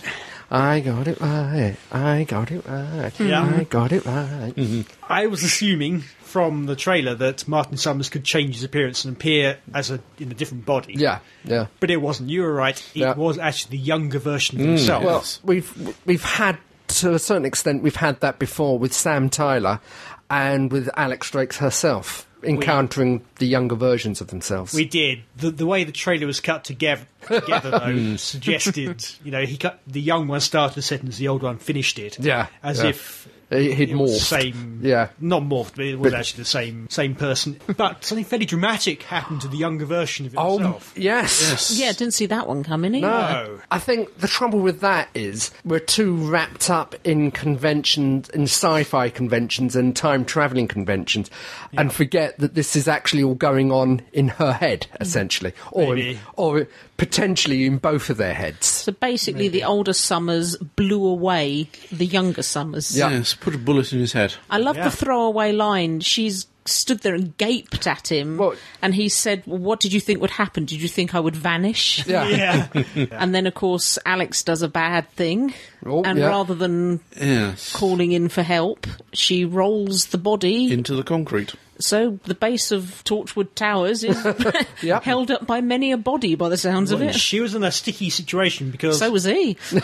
Speaker 4: I got it right. I got it right.
Speaker 3: Yeah. Mm-hmm.
Speaker 4: I got it right.
Speaker 3: I was assuming from the trailer that Martin Summers could change his appearance and appear as a in a different body.
Speaker 4: Yeah. Yeah.
Speaker 3: But it wasn't. You were right. It
Speaker 4: Yeah.
Speaker 3: was actually the younger version of himself.
Speaker 4: Well, we've we've had to a certain extent we've had that before with Sam Tyler and with Alex Drake herself encountering the younger versions of themselves.
Speaker 3: We did. The, the way the trailer was cut together, together though, suggested, you know, he cut the young one started the sentence, the old one finished it.
Speaker 4: Yeah,
Speaker 3: As
Speaker 4: yeah.
Speaker 3: if
Speaker 4: He- he'd
Speaker 3: it was the
Speaker 4: morphed.
Speaker 3: Same.
Speaker 4: Yeah.
Speaker 3: Not morphed, but it was
Speaker 4: But-
Speaker 3: actually the same same person. But something fairly dramatic happened to the younger version of
Speaker 4: Oh
Speaker 3: himself.
Speaker 4: yes.
Speaker 2: yeah, didn't see that one coming either.
Speaker 3: No.
Speaker 4: I think the trouble with that is we're too wrapped up in conventions, in sci-fi conventions and time traveling conventions, and forget that this is actually all going on in her head, essentially, or in,
Speaker 3: Maybe.
Speaker 4: or potentially in both of their heads.
Speaker 2: So basically, the older Summers blew away the younger Summers.
Speaker 4: Yeah.
Speaker 1: Yes, put a bullet in his head.
Speaker 2: I love
Speaker 3: Yeah.
Speaker 2: the throwaway line. She's stood there and gaped at him,
Speaker 4: Well-
Speaker 2: and he said, well, "What did you think would happen? Did you think I would vanish?"
Speaker 4: Yeah.
Speaker 3: Yeah.
Speaker 2: And then, of course, Alex does a bad thing,
Speaker 4: Oh,
Speaker 2: and
Speaker 4: yeah.
Speaker 2: rather than
Speaker 1: Yes,
Speaker 2: calling in for help, she rolls the body
Speaker 1: into the concrete.
Speaker 2: So the base of Torchwood Towers is
Speaker 4: Yep.
Speaker 2: held up by many a body, by the sounds of it.
Speaker 3: She was in a sticky situation because
Speaker 2: So was he.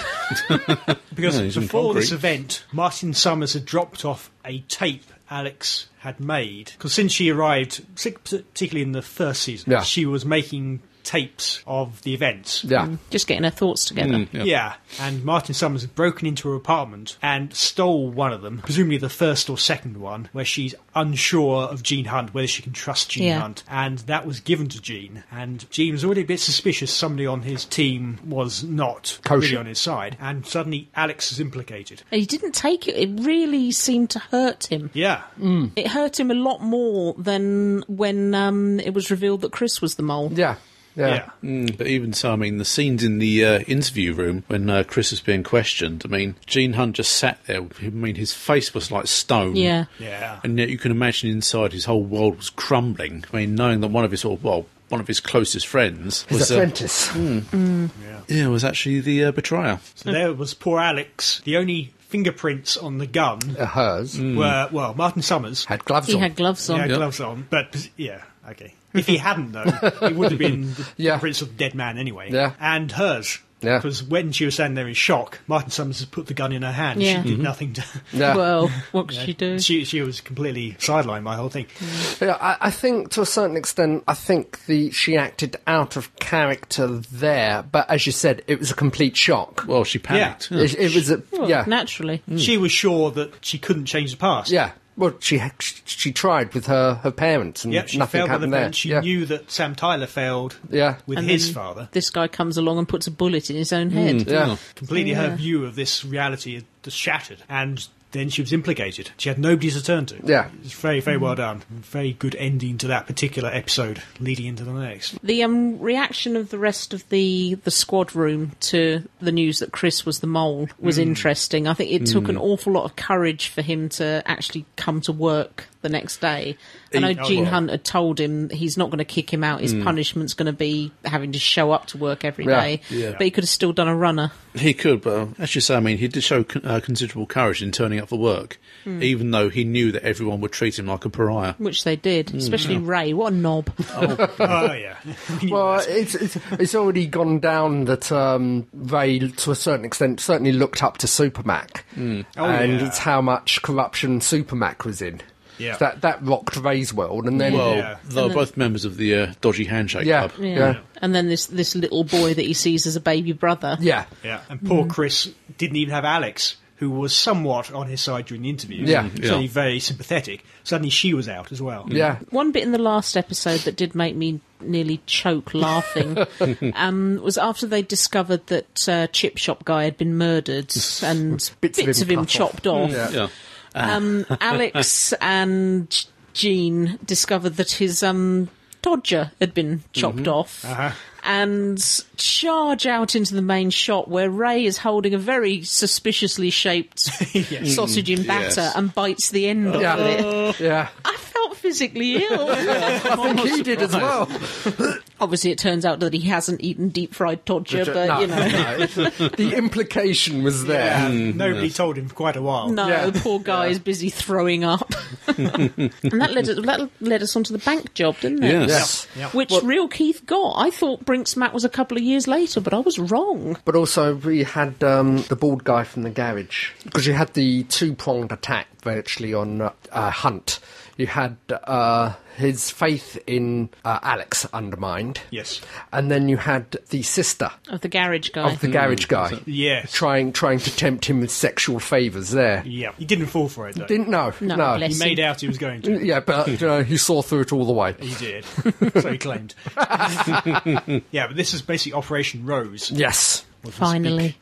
Speaker 3: because
Speaker 1: Yeah, he's in
Speaker 3: before this
Speaker 1: concrete.
Speaker 3: event, Martin Summers had dropped off a tape Alex had made. Because since she arrived, partic- particularly in the first season,
Speaker 4: Yeah.
Speaker 3: she was making tapes of the events.
Speaker 4: Yeah.
Speaker 2: Just getting her thoughts together.
Speaker 4: Hmm.
Speaker 3: Yeah. and Martin Summers had broken into her apartment and stole one of them, presumably the first or second one, where she's unsure of Jean Hunt, whether she can trust Jean
Speaker 2: Yeah.
Speaker 3: Hunt. And that was given to Jean. And Jean was already a bit suspicious somebody on his team was not
Speaker 4: Kosher.
Speaker 3: really on his side. And suddenly Alex is implicated.
Speaker 2: He didn't take it. It really seemed to hurt him.
Speaker 3: Yeah.
Speaker 4: Mm.
Speaker 2: It hurt him a lot more than when um, it was revealed that Chris was the mole.
Speaker 4: Yeah. Yeah.
Speaker 3: Yeah.
Speaker 1: Mm, But even so, I mean, the scenes in the uh, interview room when uh, Chris was being questioned, I mean, Gene Hunt just sat there. I mean, his face was like stone.
Speaker 2: Yeah.
Speaker 3: Yeah.
Speaker 1: And yet you can imagine inside his whole world was crumbling. I mean, knowing that one of his, or, well, one of his closest friends
Speaker 4: His
Speaker 1: was, uh,
Speaker 4: apprentice.
Speaker 1: yeah, was actually the uh, betrayer.
Speaker 3: So there was poor Alex. The only fingerprints on the gun
Speaker 4: Uh, hers
Speaker 3: were, well, Martin Summers.
Speaker 4: had gloves
Speaker 2: He
Speaker 4: on.
Speaker 2: had gloves on.
Speaker 3: Yeah, gloves on. But pres- yeah, okay. If he hadn't though, he would have been the
Speaker 4: Yeah.
Speaker 3: prince of the dead man anyway.
Speaker 4: Yeah.
Speaker 3: and hers.
Speaker 4: Yeah.
Speaker 3: Because when she was standing there in shock, Martin Summers had put the gun in her hand.
Speaker 2: Yeah.
Speaker 4: Mm-hmm.
Speaker 3: She did nothing to.
Speaker 4: yeah.
Speaker 2: Well, what could she do?
Speaker 3: She she was completely sidelined by the whole thing.
Speaker 4: Yeah, I, I think to a certain extent, I think the she acted out of character there. But as you said, it was a complete shock.
Speaker 1: Well, she panicked.
Speaker 4: It, it was a
Speaker 2: Well,
Speaker 4: yeah,
Speaker 2: Naturally.
Speaker 3: She was sure that she couldn't change the past.
Speaker 4: Mm. yeah. Well, she ha- sh- she tried with her her parents, and
Speaker 3: Yeah, she
Speaker 4: nothing
Speaker 3: failed by the
Speaker 4: happened there.
Speaker 3: friend. She
Speaker 4: yeah.
Speaker 3: knew that Sam Tyler failed
Speaker 4: Yeah.
Speaker 3: with
Speaker 2: And then
Speaker 3: his father.
Speaker 2: This guy comes along and puts a bullet in his own head.
Speaker 4: yeah.
Speaker 3: Completely her view of this reality had just shattered. And then she was implicated. She had nobody to turn to.
Speaker 4: Yeah.
Speaker 3: It's very, very well done. Very good ending to that particular episode leading into the next.
Speaker 2: The um, reaction of the rest of the, the squad room to the news that Chris was the mole was interesting. I think it took an awful lot of courage for him to actually come to work the next day. I know
Speaker 1: He-
Speaker 2: Gene
Speaker 1: well-
Speaker 2: Hunt had told him he's not going to kick him out. His punishment's going to be having to show up to work every
Speaker 4: Yeah.
Speaker 2: day.
Speaker 1: Yeah.
Speaker 2: But he could have still done a runner.
Speaker 1: He could, but um, as you say, I mean, he did show con- uh, considerable courage in turning up for work,
Speaker 3: Hmm.
Speaker 1: even though he knew that everyone would treat him like a pariah.
Speaker 2: Which they did, especially Ray. What a knob!
Speaker 3: oh yeah.
Speaker 4: Well, it's, it's it's already gone down that um, Ray, to a certain extent, certainly looked up to Supermac, and
Speaker 3: yeah.
Speaker 4: it's how much corruption Supermac was in.
Speaker 3: Yeah.
Speaker 4: So that that rocked Ray's world, and then
Speaker 1: Well,
Speaker 3: Yeah.
Speaker 1: they were both members of the uh, Dodgy Handshake
Speaker 4: yeah,
Speaker 1: Club.
Speaker 4: yeah, yeah,
Speaker 2: And then this this little boy that he sees as a baby brother.
Speaker 4: yeah,
Speaker 3: yeah. And poor Chris didn't even have Alex, who was somewhat on his side during the interview.
Speaker 4: Yeah.
Speaker 3: So
Speaker 1: Yeah.
Speaker 3: very sympathetic. Suddenly she was out as well.
Speaker 2: One bit in the last episode that did make me nearly choke laughing um, was after they discovered that uh, chip shop guy had been murdered and bits,
Speaker 4: Bits of him
Speaker 2: of him,
Speaker 4: cut off.
Speaker 2: chopped off.
Speaker 4: Yeah.
Speaker 1: Yeah.
Speaker 2: Um, Alex and Jean discovered that his um, Dodger had been chopped
Speaker 4: Mm-hmm.
Speaker 2: off.
Speaker 4: Uh-huh.
Speaker 2: And charge out into the main shop where Ray is holding a very suspiciously shaped sausage in batter
Speaker 1: yes.
Speaker 2: and bites the end off of it.
Speaker 4: Mm, yeah. yeah.
Speaker 2: I felt physically ill.
Speaker 4: I think he did as well.
Speaker 2: Obviously, it turns out that he hasn't eaten deep fried Todger, but
Speaker 4: uh, No,
Speaker 2: you know.
Speaker 4: no, it's- the implication was there.
Speaker 3: Um, nobody told him for quite a while.
Speaker 2: No,
Speaker 4: Yeah.
Speaker 2: the poor guy is busy throwing up, and that led that led us onto the bank job, didn't it?
Speaker 1: Yes.
Speaker 4: Yeah.
Speaker 2: Which real Keith got. I thought Brinks Mac was a couple of years later, but I was wrong.
Speaker 4: But also, we had um, the bald guy from the garage because you had the two pronged attack virtually on uh, uh, Hunt. You had uh, his faith in uh, Alex undermined.
Speaker 3: Yes.
Speaker 4: And then you had the sister
Speaker 2: Of the garage guy.
Speaker 4: of the garage guy
Speaker 3: Mm. Yes.
Speaker 4: trying trying to tempt him with sexual favours there.
Speaker 3: Yeah. He didn't fall for it though.
Speaker 4: Didn't know. No.
Speaker 2: bless.
Speaker 3: he made out he was going to.
Speaker 4: Yeah, but uh, he saw through it all the way.
Speaker 3: He did. so he claimed. yeah, but this is basically Operation Rose.
Speaker 4: Yes.
Speaker 2: Finally,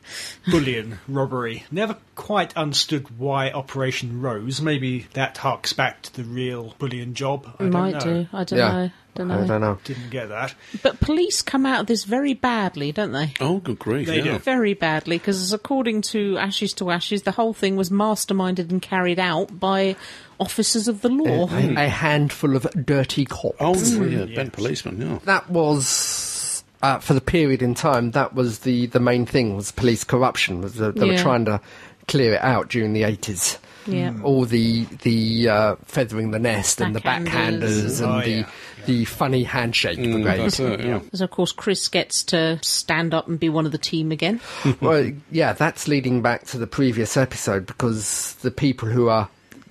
Speaker 3: Bullion robbery. Never quite understood why Operation Rose. Maybe that harks back to the real bullion job. I
Speaker 2: Mm. might
Speaker 3: don't know.
Speaker 2: do. I don't
Speaker 4: yeah.
Speaker 2: know. Don't know.
Speaker 4: I don't know.
Speaker 3: Didn't get that.
Speaker 2: But police come out of this very badly, don't they?
Speaker 1: Oh, good grief.
Speaker 3: They
Speaker 1: yeah.
Speaker 3: do.
Speaker 2: Very badly, because according to Ashes to Ashes, the whole thing was masterminded and carried out by officers of the law.
Speaker 4: A handful of dirty cops.
Speaker 1: Oh, yeah, Ben Policeman, yeah.
Speaker 4: that was uh, for the period in time. That was the the main thing was police corruption. Was that they
Speaker 2: Yeah.
Speaker 4: were trying to clear it out during the 80s.
Speaker 2: Yeah.
Speaker 4: All the the uh, feathering the nest and the
Speaker 2: Backhanders.
Speaker 4: backhanders and
Speaker 3: Oh,
Speaker 4: the
Speaker 3: yeah.
Speaker 4: the funny handshake brigade.
Speaker 1: That's it, Uh, yeah.
Speaker 2: So of course Chris gets to stand up and be one of the team again.
Speaker 4: well, yeah, that's leading back to the previous episode because the people who are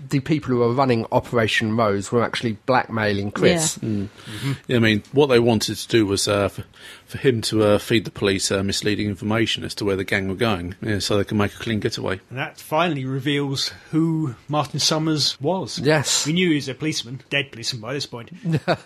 Speaker 4: the people who are running Operation Rose were actually blackmailing Chris.
Speaker 1: Yeah, I mean, what they wanted to do was uh, for, for him to uh, feed the police uh, misleading information as to where the gang were going, yeah, so they can make a clean getaway.
Speaker 3: And that finally reveals who Martin Summers was.
Speaker 4: Yes.
Speaker 3: We knew he was a policeman, dead policeman by this point,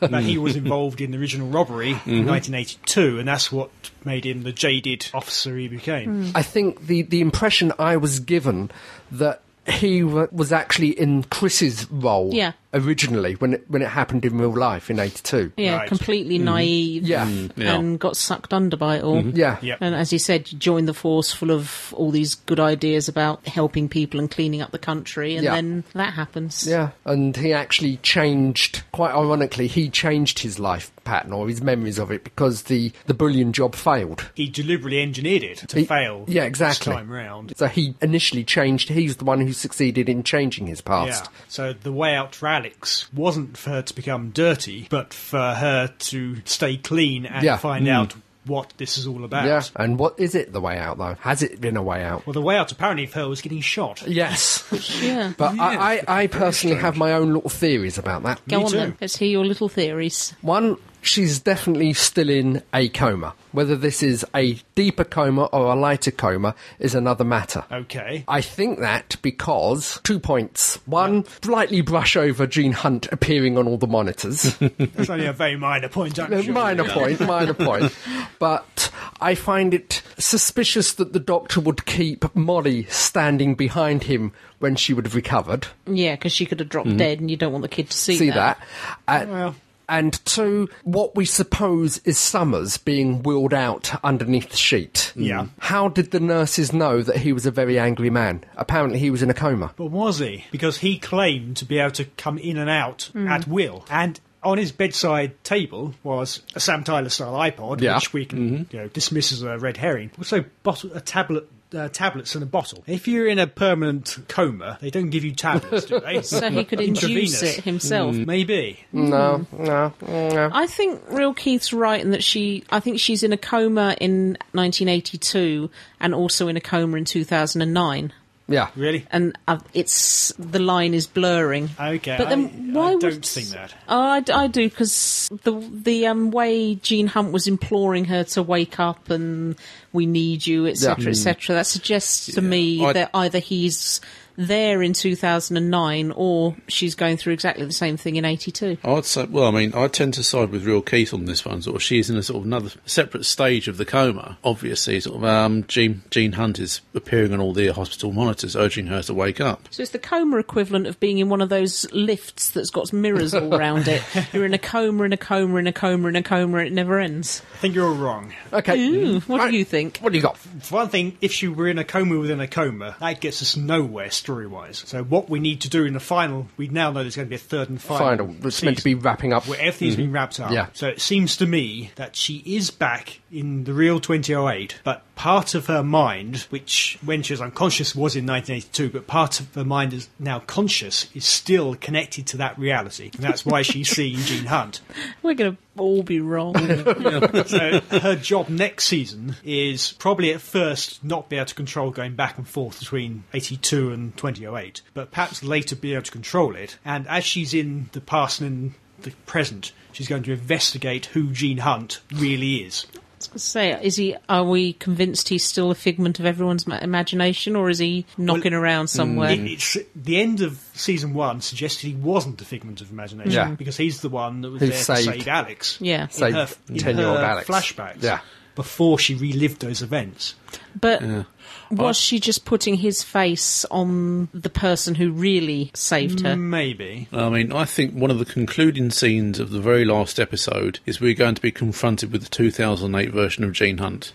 Speaker 3: but he was involved in the original robbery in 1982, and that's what made him the jaded officer he
Speaker 2: Hmm.
Speaker 3: became.
Speaker 4: I think the the impression I was given that he wa was actually in Chris's role
Speaker 2: Yeah.
Speaker 4: originally when it, when it happened in real life in '82.
Speaker 2: Yeah,
Speaker 3: Right.
Speaker 2: completely naive.
Speaker 4: Yeah. Mm,
Speaker 1: yeah.
Speaker 2: and got sucked under by it all.
Speaker 4: Yeah.
Speaker 3: Yep.
Speaker 2: And as you said, you join the force full of all these good ideas about helping people and cleaning up the country, and
Speaker 4: Yeah.
Speaker 2: then that happens.
Speaker 4: Yeah, and he actually changed, quite ironically, he changed his life pattern or his memories of it because the, the bullion job failed.
Speaker 3: He deliberately engineered it to
Speaker 4: He-
Speaker 3: fail
Speaker 4: yeah, exactly.
Speaker 3: this time round.
Speaker 4: So he initially changed. He's the one who succeeded in changing his
Speaker 3: Yeah.
Speaker 4: past.
Speaker 3: So the way out for Alex wasn't for her to become dirty, but for her to stay clean and
Speaker 4: Yeah. Mm.
Speaker 3: find out what this is all about.
Speaker 4: Yeah. And what is it the way out, though? Has it been a way out?
Speaker 3: Well, the way out apparently for her was getting shot.
Speaker 4: Yes.
Speaker 2: Yeah.
Speaker 4: But I, I, I personally have my own little theories about that.
Speaker 2: Go
Speaker 3: Me
Speaker 2: on
Speaker 3: too.
Speaker 2: then. Let's hear your little theories.
Speaker 4: One, she's definitely still in a coma. Whether this is a deeper coma or a lighter coma is another matter.
Speaker 3: Okay.
Speaker 4: I think that because two points. One, slightly brush over Gene Hunt appearing on all the monitors.
Speaker 3: That's only a very minor point,
Speaker 4: Uh,
Speaker 3: actually.
Speaker 4: minor point, minor point. But I find it suspicious that the doctor would keep Molly standing behind him when she would have recovered.
Speaker 2: Yeah, because she could have dropped dead, and you don't want the kid to Mm-hmm. see,
Speaker 4: See
Speaker 2: that.
Speaker 4: that? Uh, And two, what we suppose is Summers being wheeled out underneath the sheet.
Speaker 3: Yeah.
Speaker 4: How did the nurses know that he was a very angry man? Apparently, he was in a coma.
Speaker 3: But was he? Because he claimed to be able to come in and out
Speaker 2: Hmm.
Speaker 3: at will. And on his bedside table was a Sam Tyler style iPod,
Speaker 4: Yeah.
Speaker 3: which we can
Speaker 2: Mm-hmm.
Speaker 3: you know, dismiss as a red herring. Also, bottle, a tablet. Uh, tablets and a bottle. If you're in a permanent coma, they don't give you tablets, do they?
Speaker 2: So he could induce
Speaker 3: Intravenous.
Speaker 2: it himself. Hmm.
Speaker 3: Maybe.
Speaker 4: No, no, no.
Speaker 2: I think Real Keith's right in that she. I think she's in a coma in 1982 and also in a coma in 2009.
Speaker 4: Yeah.
Speaker 3: Really?
Speaker 2: and uh, it's the line is blurring.
Speaker 3: Okay,
Speaker 2: but then
Speaker 3: I-
Speaker 2: why
Speaker 3: I
Speaker 2: would
Speaker 3: don't think that.
Speaker 2: Oh, I, d- I do because the the um, way Jean Hunt was imploring her to wake up and we need you, etc.,
Speaker 3: Hmm.
Speaker 4: Yeah.
Speaker 2: etc. That suggests to me
Speaker 1: I-
Speaker 2: that either he's there in 2009 or she's going through exactly the same thing in 82.
Speaker 1: I'd say, well, I mean, I tend to side with Real Keith on this one. Sort of, she is in a sort of another separate stage of the coma. Obviously, sort of, um, Gene Gene Hunt is appearing on all the hospital monitors, urging her to wake up.
Speaker 2: So it's the coma equivalent of being in one of those lifts that's got mirrors all round it. You're in a coma, in a coma, in a coma, in a coma, and it never ends.
Speaker 3: I think you're wrong.
Speaker 4: Okay.
Speaker 2: Ooh, what
Speaker 4: Right.
Speaker 2: do you think?
Speaker 4: What do you got?
Speaker 3: For one thing, if she were in a coma within a coma, that gets us nowhere story wise. So, what we need to do in the final, we now know there's going to be a third and final.
Speaker 4: Final. It's meant to be
Speaker 3: season.
Speaker 4: wrapping up.
Speaker 3: where everything's been wrapped up.
Speaker 4: Yeah.
Speaker 3: So it seems to me that she is back in the real 2008, but part of her mind, which when she was unconscious was in 1982, but part of her mind is now conscious, is still connected to that reality. And that's why she's seeing Gene Hunt.
Speaker 2: We're going to all be wrong.
Speaker 3: So her job next season is probably at first not be able to control going back and forth between 82 and 2008, but perhaps later be able to control it. And as she's in the past and in the present, she's going to investigate who Gene Hunt really is.
Speaker 2: Say, is he? Are we convinced he's still a figment of everyone's ma- imagination, or is he knocking around somewhere?
Speaker 3: It- it's, the end of season one suggested he wasn't a figment of imagination
Speaker 4: Yeah.
Speaker 3: because he's the one that was
Speaker 4: Who
Speaker 3: there
Speaker 4: saved-
Speaker 3: to save Alex.
Speaker 2: Yeah.
Speaker 3: In
Speaker 4: Saved
Speaker 3: her- in
Speaker 4: 10-year-old
Speaker 3: her
Speaker 4: Alex.
Speaker 3: Flashbacks.
Speaker 4: Yeah.
Speaker 3: Before she relived those events.
Speaker 2: but was she just putting his face on the person who really saved
Speaker 3: Mm.
Speaker 2: her?
Speaker 3: Maybe.
Speaker 1: I mean, I think one of the concluding scenes of the very last episode is we're going to be confronted with the 2008 version of Gene Hunt.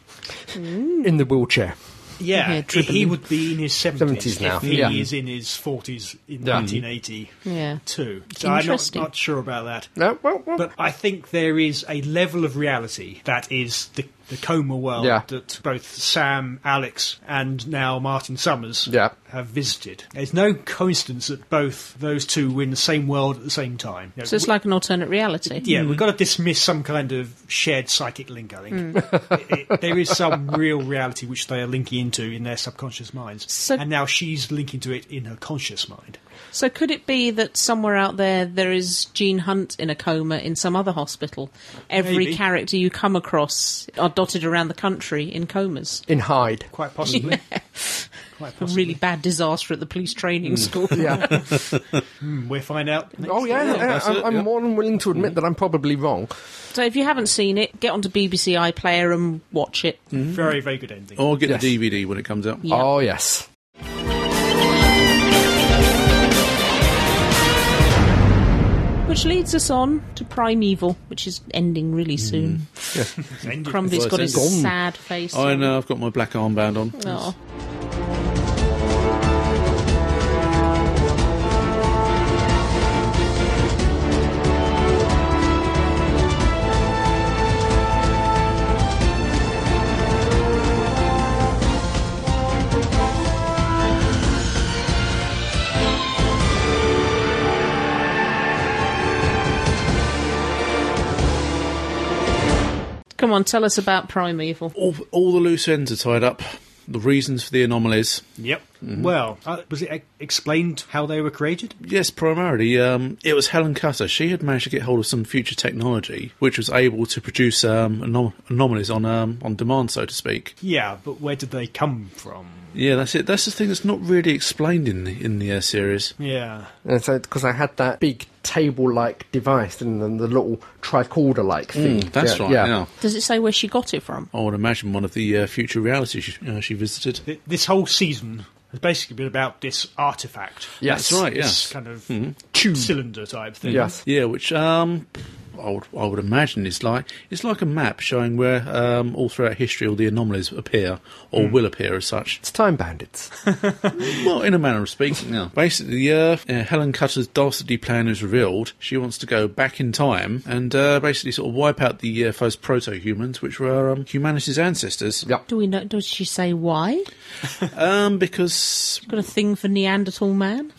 Speaker 4: In the wheelchair.
Speaker 3: Yeah,
Speaker 2: Yeah,
Speaker 3: he- he
Speaker 2: dribbling.
Speaker 3: would be in his
Speaker 4: 70s
Speaker 3: seventies
Speaker 4: now,
Speaker 3: If he
Speaker 4: yeah.
Speaker 3: is in his forties in
Speaker 4: Yeah.
Speaker 3: nineteen eighty
Speaker 2: Yeah.
Speaker 3: two. So I'm not,
Speaker 2: Mm. Interesting.
Speaker 3: not sure about that.
Speaker 4: No, well, well.
Speaker 3: But I think there is a level of reality that is the, the coma world
Speaker 4: Yeah.
Speaker 3: that both Sam, Alex, and now Martin Summers
Speaker 4: Yeah.
Speaker 3: ha- have visited. It's no coincidence that both those two were in the same world at the same time. You know,
Speaker 2: So it's
Speaker 3: we-
Speaker 2: like an alternate reality.
Speaker 3: yeah, we've got to dismiss some kind of shared psychic link. I think It- it- there is some real reality which they are linking into in their subconscious minds,
Speaker 2: So-
Speaker 3: and now she's linking to it in her conscious mind.
Speaker 2: So could it be that somewhere out there there is Gene Hunt in a coma in some other hospital? Every
Speaker 3: Maybe.
Speaker 2: character you come across are dotted around the country in comas.
Speaker 4: in Hyde.
Speaker 3: Quite possibly. Quite
Speaker 2: A
Speaker 3: possibly.
Speaker 2: really bad disaster at the police training school.
Speaker 4: Yeah.
Speaker 3: Hmm, We'll find out. next
Speaker 4: oh yeah. yeah, I'm,
Speaker 1: it,
Speaker 4: I'm
Speaker 1: yeah.
Speaker 4: more than willing to admit that I'm probably wrong.
Speaker 2: So if you haven't seen it, get onto BBC iPlayer and watch it.
Speaker 3: Very, very good ending.
Speaker 1: Or get
Speaker 4: Yes.
Speaker 1: the DVD when it comes out.
Speaker 2: Yeah.
Speaker 4: Oh yes.
Speaker 2: Which leads us on to Primeval, which is ending really soon.
Speaker 3: It's ended.
Speaker 2: Crumbly's
Speaker 1: Well,
Speaker 2: got his
Speaker 1: it's
Speaker 4: gone.
Speaker 2: sad face.
Speaker 1: I
Speaker 2: on.
Speaker 1: know, I've got my black armband on.
Speaker 2: Aw. Come on, tell us about Primeval.
Speaker 1: All, all the loose ends are tied up. The reasons for the anomalies.
Speaker 3: Yep.
Speaker 1: Mm-hmm.
Speaker 3: Well, uh, was it e- explained how they were created?
Speaker 1: Yes, primarily. Um, it was Helen Cutter. She had managed to get hold of some future technology which was able to produce um, anom- anomalies on um, on demand, so to speak.
Speaker 3: Yeah, but where did they come from?
Speaker 1: Yeah, that's it. That's the thing that's not really explained in the, in the uh, series.
Speaker 3: Yeah.
Speaker 4: And so because I had that big table-like device and then the little tricorder-like thing.
Speaker 1: Mm, that's right. Yeah.
Speaker 2: Does it say where she got it from?
Speaker 1: I would imagine one of the uh, future realities she, uh, she visited.
Speaker 3: Th- This whole season has basically been about this artifact.
Speaker 4: Yes.
Speaker 1: That's right.
Speaker 3: This
Speaker 1: Yes. Mm-hmm.
Speaker 3: kind of cylinder type thing.
Speaker 4: Yes.
Speaker 1: Yeah, which um, I would I would imagine is like it's like a map showing where um, all throughout history all the anomalies appear or will appear as such.
Speaker 4: It's time bandits.
Speaker 1: Well, in a manner of speaking, now. Basically, uh, uh, Helen Cutter's dastardly plan is revealed. She wants to go back in time and uh, basically sort of wipe out the uh, first proto-humans, which were um, humanity's ancestors.
Speaker 4: Yep.
Speaker 2: Do we know? Does she say why?
Speaker 1: Um, because
Speaker 2: Got a thing for Neanderthal man?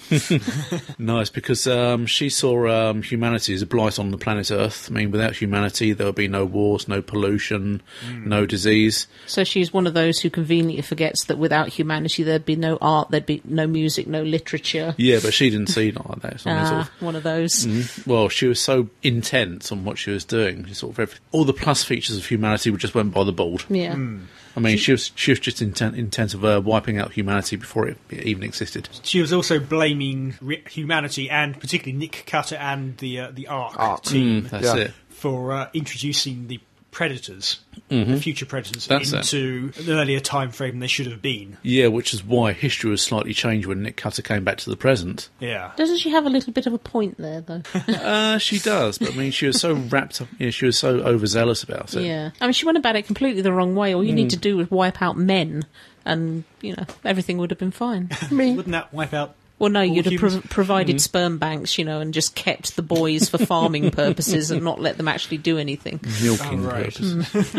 Speaker 1: No, it's because um, she saw um, humanity as a blight on the planet Earth. I mean, without humanity, there would be no wars, no pollution, no disease.
Speaker 2: So she's one of those who conveniently forgets that without humanity there'd be no art, there'd be no music, no literature.
Speaker 1: Yeah, but she didn't see it like that. So I mean, Mm. sort
Speaker 2: Ah, one of those.
Speaker 1: of- well, she was so intent on what she was doing. She sort of every- all the plus features of humanity were just went by the board.
Speaker 2: Yeah.
Speaker 1: I mean, she was she was just intent intent of uh, wiping out humanity before it even existed.
Speaker 3: She was also blaming re- humanity and particularly Nick Cutter and the uh, the Ark
Speaker 4: Ark.
Speaker 3: team
Speaker 1: Mm, That's
Speaker 4: Yeah.
Speaker 1: it.
Speaker 3: for uh, introducing the predators, the future predators,
Speaker 1: Mm-hmm. That's it.
Speaker 3: into an earlier time frame they should have been.
Speaker 1: Yeah, which is why history was slightly changed when Nick Cutter came back to the present.
Speaker 3: Yeah.
Speaker 2: Doesn't she have a little bit of a point there, though?
Speaker 1: Uh, she does, but I mean, she was so wrapped up. Yeah, she was so overzealous about it. Mm.
Speaker 2: yeah. I mean, she went about it completely the wrong way. All you need to do is wipe out men, and, you know, everything would have been fine.
Speaker 3: Wouldn't that wipe out?
Speaker 2: Well, no,
Speaker 3: all
Speaker 2: you'd have
Speaker 3: humans?
Speaker 2: prov
Speaker 1: Mm.
Speaker 2: provided sperm banks, you know, and just kept the boys for farming purposes and not let them actually do anything.
Speaker 1: Milking
Speaker 3: Oh, right.
Speaker 1: purposes.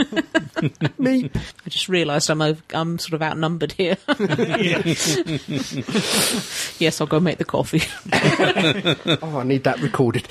Speaker 4: Me.
Speaker 2: I just realised I'm over, I'm sort of outnumbered here.
Speaker 3: Yeah.
Speaker 2: yes, I'll go make the coffee.
Speaker 4: Oh, I need that recorded.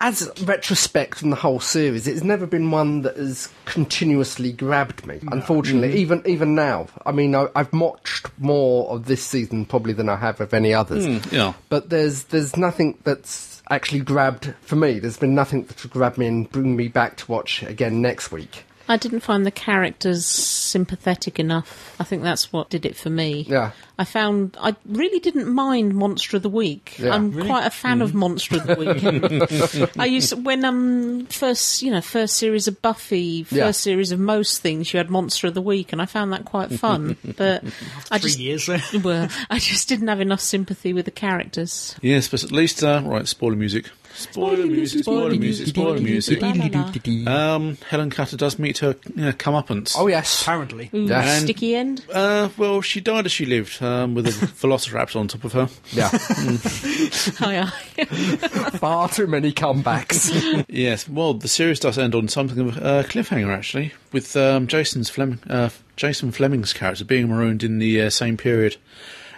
Speaker 4: As retrospect from the whole series, it's never been one that has continuously grabbed me. Unfortunately,
Speaker 1: Mm-hmm.
Speaker 4: even even now, I mean, I, I've watched more of this season probably than I have of any others.
Speaker 1: Mm, yeah.
Speaker 4: but there's there's nothing that's actually grabbed for me. There's been nothing that's grabbed me and bring me back to watch again next week.
Speaker 2: I didn't find the characters sympathetic enough. I think that's what did it for me.
Speaker 4: Yeah.
Speaker 2: I found I really didn't mind Monster of the Week.
Speaker 4: Yeah.
Speaker 2: I'm quite a fan of Monster of the Week. I used to- when um first you know first series of Buffy, first
Speaker 4: Yeah.
Speaker 2: series of most things. You had Monster of the Week, and I found that quite fun. but I
Speaker 3: Three
Speaker 2: just
Speaker 3: years there.
Speaker 2: well, I just didn't have enough sympathy with the characters.
Speaker 1: Yes, but at least, uh, right, spoiler music. Spoiler music, spoiler music, spoiler music. Um, Helen Cutter does meet her uh, comeuppance.
Speaker 4: Oh yes.
Speaker 3: Apparently.
Speaker 2: Ooh,
Speaker 4: Yes.
Speaker 2: sticky end.
Speaker 1: Uh, well, she died as she lived, um, with a velociraptor on top of her.
Speaker 4: Yeah.
Speaker 2: Aye, aye.
Speaker 4: Far too many comebacks.
Speaker 1: Yes, well, the series does end on something of a uh, cliffhanger, actually, with um, Jason's Flem- uh, Jason Fleming's character being marooned in the uh, same period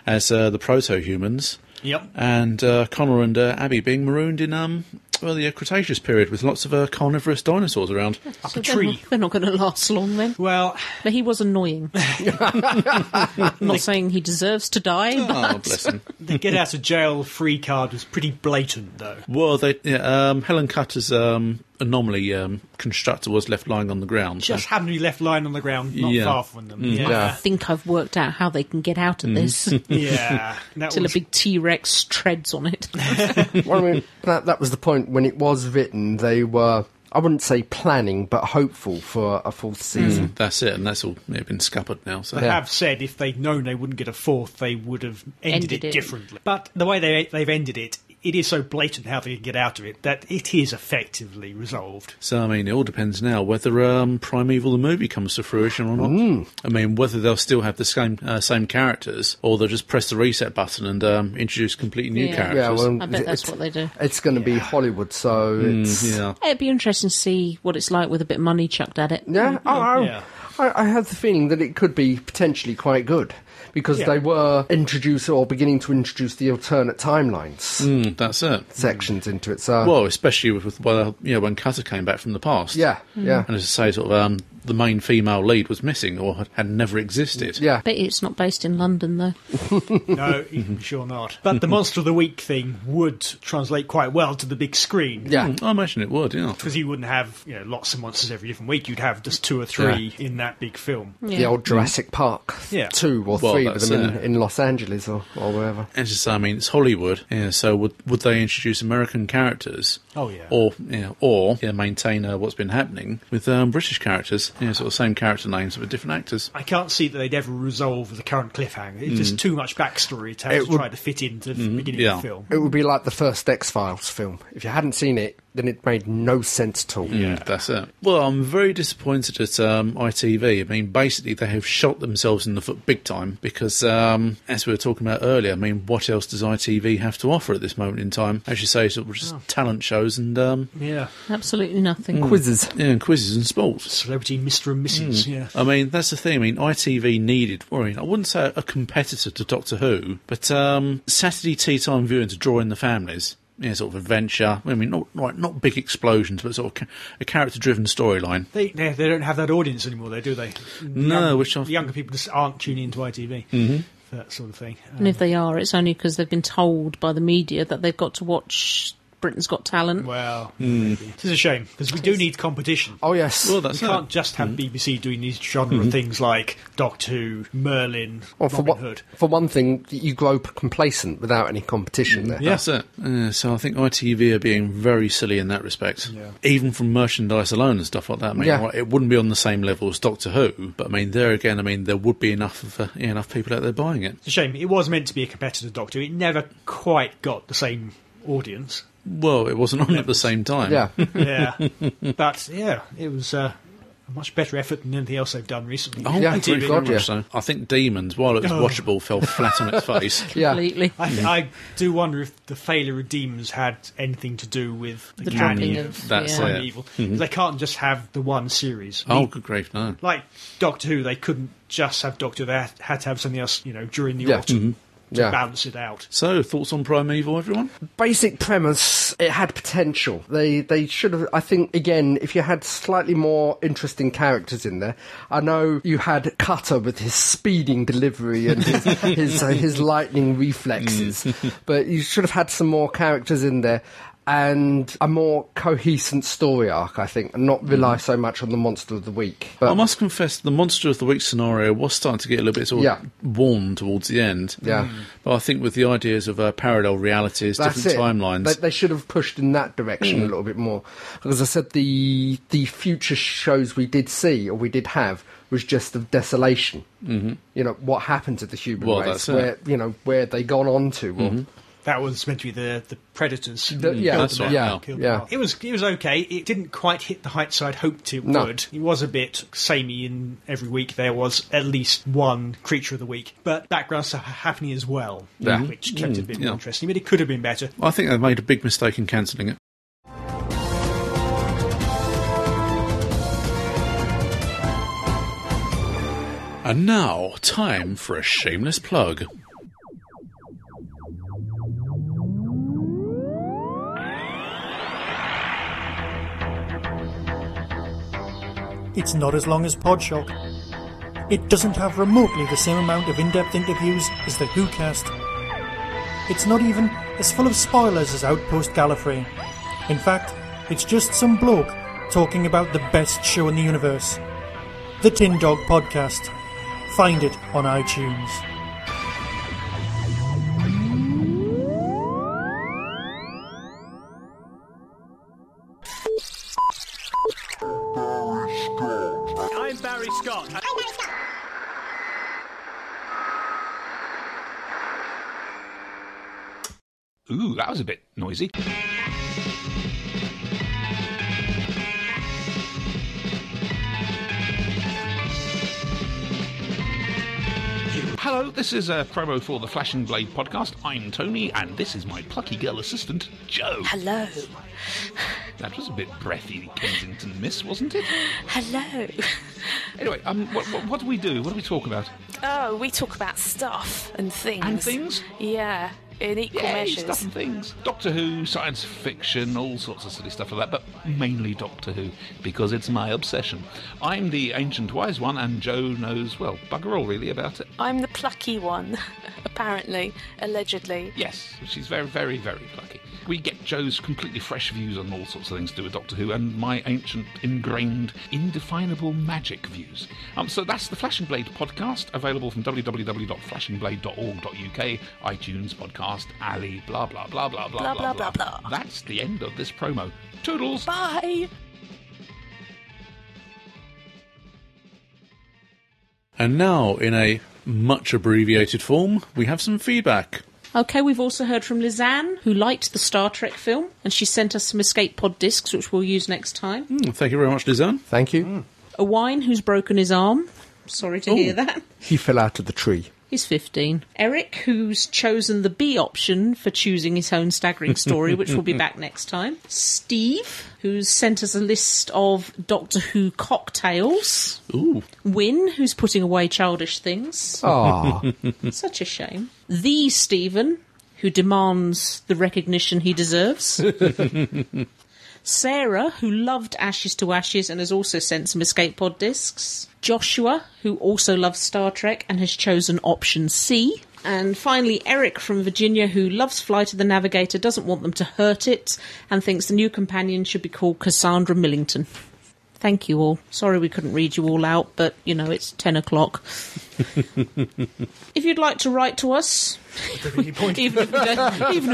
Speaker 1: as uh, the proto-humans,
Speaker 3: Yep.
Speaker 1: and uh, Connor and uh, Abby being marooned in um, well, the uh, Cretaceous period with lots of uh, carnivorous dinosaurs around.
Speaker 3: Up
Speaker 2: So
Speaker 3: a
Speaker 2: they're
Speaker 3: tree.
Speaker 2: not- They're not going to last long then.
Speaker 3: Well,
Speaker 2: But he was annoying. I'm not saying he deserves to die,
Speaker 1: Oh,
Speaker 2: but
Speaker 1: bless him.
Speaker 3: the get out of jail free card was pretty blatant, though.
Speaker 1: Well, they, yeah, um, Helen Cutter's um, anomaly um, constructor was left lying on the ground.
Speaker 3: Just happened to be left lying on the ground, not
Speaker 1: Yeah. Mm-hmm.
Speaker 3: far from them.
Speaker 2: I
Speaker 3: Yeah.
Speaker 2: think I've worked out how they can get out of this until
Speaker 3: Yeah. That
Speaker 2: a
Speaker 3: was
Speaker 2: big T Rex treads on it.
Speaker 4: well, I mean, that that was the point when it was written. They were, I wouldn't say planning, but hopeful for a fourth season.
Speaker 1: That's it, and that's all yeah, been scuppered now. So.
Speaker 4: Yeah.
Speaker 3: have said if they'd known they wouldn't get a fourth, they would have ended,
Speaker 2: Ended
Speaker 3: it,
Speaker 2: it.
Speaker 3: differently. But the way they, they've ended it, it is so blatant how they can get out of it that it is effectively resolved.
Speaker 1: So I mean, it all depends now whether um, Primeval the movie comes to fruition or not.
Speaker 3: Mm.
Speaker 1: I mean, whether they'll still have the same uh, same characters, or they'll just press the reset button and um, introduce completely new
Speaker 2: Yeah.
Speaker 1: characters.
Speaker 4: Yeah, well,
Speaker 2: I bet that's
Speaker 4: it's-
Speaker 2: what they do.
Speaker 4: It's going to be Hollywood, so it's
Speaker 1: yeah.
Speaker 2: It'd be interesting to see what it's like with a bit of money chucked at it.
Speaker 4: Yeah,
Speaker 1: oh.
Speaker 4: I, I,
Speaker 3: Yeah.
Speaker 4: I, I have the feeling that it could be potentially quite good because
Speaker 3: Yeah.
Speaker 4: they were introducing or beginning to introduce the alternate timelines
Speaker 8: Hmm.
Speaker 1: Mm, that's it.
Speaker 4: sections into it. So,
Speaker 1: Well, especially with, with well, you know, when Cutter came back from the past.
Speaker 4: yeah, yeah,
Speaker 8: hmm.
Speaker 1: And as I say, sort of um, the main female lead was missing or had- had never existed.
Speaker 4: yeah.
Speaker 2: bet it's not based in London though.
Speaker 3: No, I'm sure not. But the Monster of the Week thing would translate quite well to the big screen.
Speaker 4: Yeah,
Speaker 1: I imagine it would. Yeah.
Speaker 3: Because you wouldn't have you know, lots of monsters every different week. You'd have just two or three in that big film.
Speaker 4: the old Jurassic Park,
Speaker 3: Yeah.
Speaker 4: two or
Speaker 1: Well,
Speaker 4: three of
Speaker 1: that's
Speaker 4: them in,
Speaker 1: it.
Speaker 4: in Los Angeles or, or wherever.
Speaker 1: As I say, I mean, it's Hollywood. Yeah, so would would they introduce American characters?
Speaker 3: Oh, yeah.
Speaker 1: Or you know, or yeah, maintain uh, what's been happening with um, British characters? You know, sort of same character names but with different actors.
Speaker 3: I can't see that they'd ever resolve the current cliffhanger. It's just too much backstory to have
Speaker 4: Mm. It
Speaker 3: to
Speaker 4: would- Mm-hmm.
Speaker 3: try to fit into the beginning
Speaker 1: yeah.
Speaker 3: of the film.
Speaker 4: It would be like the first X Files film. If you hadn't seen it, then it made no sense at all.
Speaker 1: Yeah, that's it. Well, I'm very disappointed at um, ITV. I mean, basically, they have shot themselves in the foot big time because, um, as we were talking about earlier, I mean, what else does ITV have to offer at this moment in time? As you say, sort of just talent shows and um,
Speaker 3: Yeah.
Speaker 2: Absolutely nothing.
Speaker 4: Quizzes.
Speaker 1: yeah, and Hmm. quizzes and sports.
Speaker 3: Celebrity Mr. and Mrs.
Speaker 4: Mm.
Speaker 3: Yeah.
Speaker 1: I mean, that's the thing. I mean, ITV needed, or I, mean, I wouldn't say a competitor to Doctor Who, but um, Saturday tea time viewing to draw in the families. Yeah, sort of adventure. I mean, not right, not big explosions, but sort of ca- a character-driven storyline.
Speaker 3: They, they they don't have that audience anymore, though, do they?
Speaker 1: No,
Speaker 3: Young-
Speaker 1: which I've-
Speaker 3: younger people just aren't tuning into ITV. Mm-hmm. That sort of thing. Um,
Speaker 2: And if they are, it's only because they've been told by the media that they've got to watch Britain's Got Talent.
Speaker 3: Well,
Speaker 1: Mm.
Speaker 3: this is a shame because we do need competition.
Speaker 4: Oh yes,
Speaker 1: Well,
Speaker 3: We
Speaker 1: that's Mm. Mm-hmm.
Speaker 3: can't
Speaker 1: not.
Speaker 3: just have BBC doing these genre things like Doctor Who, Merlin,
Speaker 4: Well, for
Speaker 3: Robin
Speaker 4: one,
Speaker 3: Hood.
Speaker 4: for one thing, you grow complacent without any competition there.
Speaker 1: That's it. Yeah, so I think ITV are being very silly in that respect.
Speaker 3: Yeah.
Speaker 1: Even from merchandise alone and stuff like that. I mean,
Speaker 4: Yeah.
Speaker 1: right, it wouldn't be on the same level as Doctor Who, but I mean, there again, I mean, there would be enough of, uh, yeah, enough people out there buying it.
Speaker 3: It's a shame. It was meant to be a competitor Doctor. Who. It never quite got the same audience.
Speaker 1: Well, it wasn't on at the same time.
Speaker 4: Yeah,
Speaker 3: Yeah, but yeah, it was uh, a much better effort than anything else they've done recently.
Speaker 1: Oh,
Speaker 4: Yeah,
Speaker 1: yeah,
Speaker 4: good God, yeah.
Speaker 1: so. I think Demons, while it was
Speaker 3: Oh.
Speaker 1: watchable, fell flat on its face.
Speaker 4: yeah.
Speaker 2: Completely.
Speaker 3: I, I do wonder if the failure of demons had anything to do with the,
Speaker 2: The
Speaker 3: canon
Speaker 2: dropping
Speaker 3: of
Speaker 2: of-
Speaker 1: That's
Speaker 2: yeah.
Speaker 1: it. Mm-hmm.
Speaker 3: Evil. They can't just have the one series.
Speaker 1: Oh, good grief, no.
Speaker 3: Like Doctor Who, they couldn't just have Doctor Who. They had- had to have something else, you know, during the
Speaker 4: Yeah.
Speaker 3: autumn
Speaker 1: Mm-hmm.
Speaker 3: to
Speaker 4: Yeah.
Speaker 3: balance it out.
Speaker 1: So, thoughts on E? Primeval, everyone?
Speaker 4: Basic premise, it had potential. They they should have. I think again, if you had slightly more interesting characters in there, I know you had Cutter with his speeding delivery and his his, uh, his lightning reflexes,
Speaker 1: Mm.
Speaker 4: but you should have had some more characters in there. And a more cohesive story arc, I think, and not rely so much on the monster of the week. But
Speaker 1: Mm. I must confess, the Monster of the Week scenario was starting to get a little bit sort of
Speaker 4: Yeah.
Speaker 1: warm towards the end.
Speaker 4: Yeah. Mm.
Speaker 1: But I think with the ideas of uh, parallel realities, different timelines.
Speaker 4: They, they should have pushed in that direction a little bit more. Because I said the the future shows we did see or we did have was just of desolation. Mm-hmm. You know what happened to the human
Speaker 1: Well,
Speaker 4: race?
Speaker 1: that's it. Mm-hmm.
Speaker 4: Where you know where they gone on to? Or,
Speaker 3: That was meant to be the, the Predators.
Speaker 4: The- yeah,
Speaker 3: Killed
Speaker 1: that's
Speaker 3: them
Speaker 1: right,
Speaker 3: out,
Speaker 1: yeah,
Speaker 3: killed them
Speaker 4: yeah.
Speaker 3: out. It was it was okay. It didn't quite hit the heights I'd hoped it
Speaker 4: No.
Speaker 3: would. It was a bit samey in every week. There was at least one creature of the week, but background stuff happening as well,
Speaker 1: Yeah. Mm-hmm.
Speaker 3: which kept it a bit
Speaker 1: yeah.
Speaker 3: more interesting. But it could have been better.
Speaker 1: I think they've made a big mistake in cancelling it. And now, time for a shameless plug.
Speaker 9: It's not as long as Podshock. It doesn't have remotely the same amount of in depth interviews as the Who cast. It's not even as full of spoilers as Outpost Gallifrey. In fact, it's just some bloke talking about the best show in the universe the Tin Dog Podcast. Find it on iTunes.
Speaker 8: Ooh, that was a bit noisy. Hello, this is a promo for the Flash and Blade podcast. I'm Tony, and this is my plucky girl assistant, Joe.
Speaker 10: Hello.
Speaker 8: That was a bit breathy, Kensington Miss, wasn't it?
Speaker 10: Hello.
Speaker 8: Anyway, um, what, what, what do we do? What do we talk about?
Speaker 10: Oh, we talk about stuff and things.
Speaker 8: And things?
Speaker 10: Yeah, in equal
Speaker 8: Yay,
Speaker 10: measures.
Speaker 8: stuff and things. Doctor Who, science fiction, all sorts of silly stuff like that, but mainly Doctor Who, because it's my obsession. I'm the ancient wise one, and Joe knows, well, bugger all really about it.
Speaker 10: I'm the plucky one, apparently, allegedly.
Speaker 8: Yes, she's very, very, very plucky. We get Joe's completely fresh views on all sorts of things to do with Doctor Who and my ancient, ingrained, indefinable magic views. Um, so that's the Flashing Blade podcast, available from www.flashingblade.org.uk, iTunes, Podcast, Alley, blah, blah, blah, blah,
Speaker 10: Blah,
Speaker 8: blah, blah,
Speaker 10: blah,
Speaker 8: blah,
Speaker 10: blah, blah.
Speaker 8: That's the end of this promo. Toodles!
Speaker 10: Bye.
Speaker 1: And now, in a much abbreviated form, we have some feedback.
Speaker 2: Okay, we've also heard from Lizanne, who liked the Star Trek film, and she sent us some escape pod discs, which we'll use next time.
Speaker 1: Hmm, Thank you very much, Lizanne.
Speaker 4: Thank you.
Speaker 2: A wine who's broken his arm. Sorry to hear that.
Speaker 4: He fell out of the tree.
Speaker 2: He's 15. Eric, who's chosen the B option for choosing his own staggering story, which will be back next time. Steve, who's sent us a list of Doctor Who cocktails.
Speaker 1: Ooh,
Speaker 2: Wynne, who's putting away childish things.
Speaker 4: Ah,
Speaker 2: Such a shame. The Stephen, who demands the recognition he deserves. Sarah, who loved Ashes to Ashes and has also sent some escape pod discs. Joshua, who also loves Star Trek and has chosen option C. And finally, Eric from Virginia, who loves Flight of the Navigator, doesn't want them to hurt it, and thinks the new companion should be called Cassandra Millington. Thank you all. Sorry we couldn't read you all out, but you know, it's 10 o'clock. if you'd like to write to us, even, if we don't, even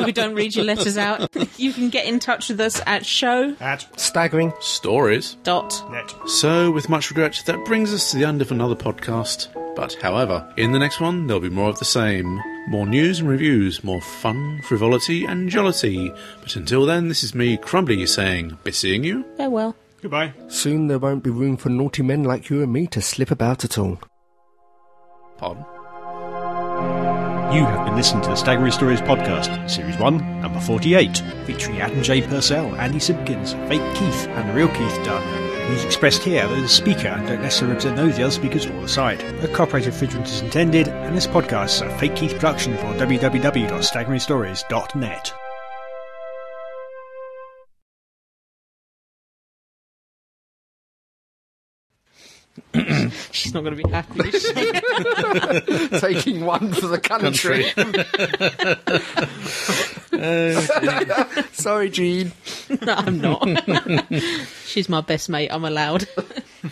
Speaker 2: if we don't read your letters out, you can get in touch with us at show.
Speaker 3: At
Speaker 4: staggering.
Speaker 1: stories.
Speaker 2: dot
Speaker 3: net.
Speaker 1: So, with much regret, that brings us to the end of another podcast. But, however, in the next one, there'll be more of the same. More news and reviews, more fun, frivolity, and jollity. But until then, this is me, Crumbly, saying, be seeing you.
Speaker 2: Farewell.
Speaker 3: Goodbye.
Speaker 4: Soon there won't be room for naughty men like you and me to slip about at all.
Speaker 1: Pardon.
Speaker 11: You have been listening to the Staggering Stories podcast, Series 1, Number 48, featuring Adam J. Purcell, Andy Simpkins, Fake Keith, and the real Keith Dunn. Views expressed here are the speaker and don't necessarily represent those of the other speakers or the side. A copyrighted infringement is intended, and this podcast is a Fake Keith production for www.staggeringstories.net.
Speaker 2: She's not going to be happy. is she?
Speaker 4: Taking one for the country. Sorry, Gene.
Speaker 2: no, I'm not. She's my best mate. I'm allowed.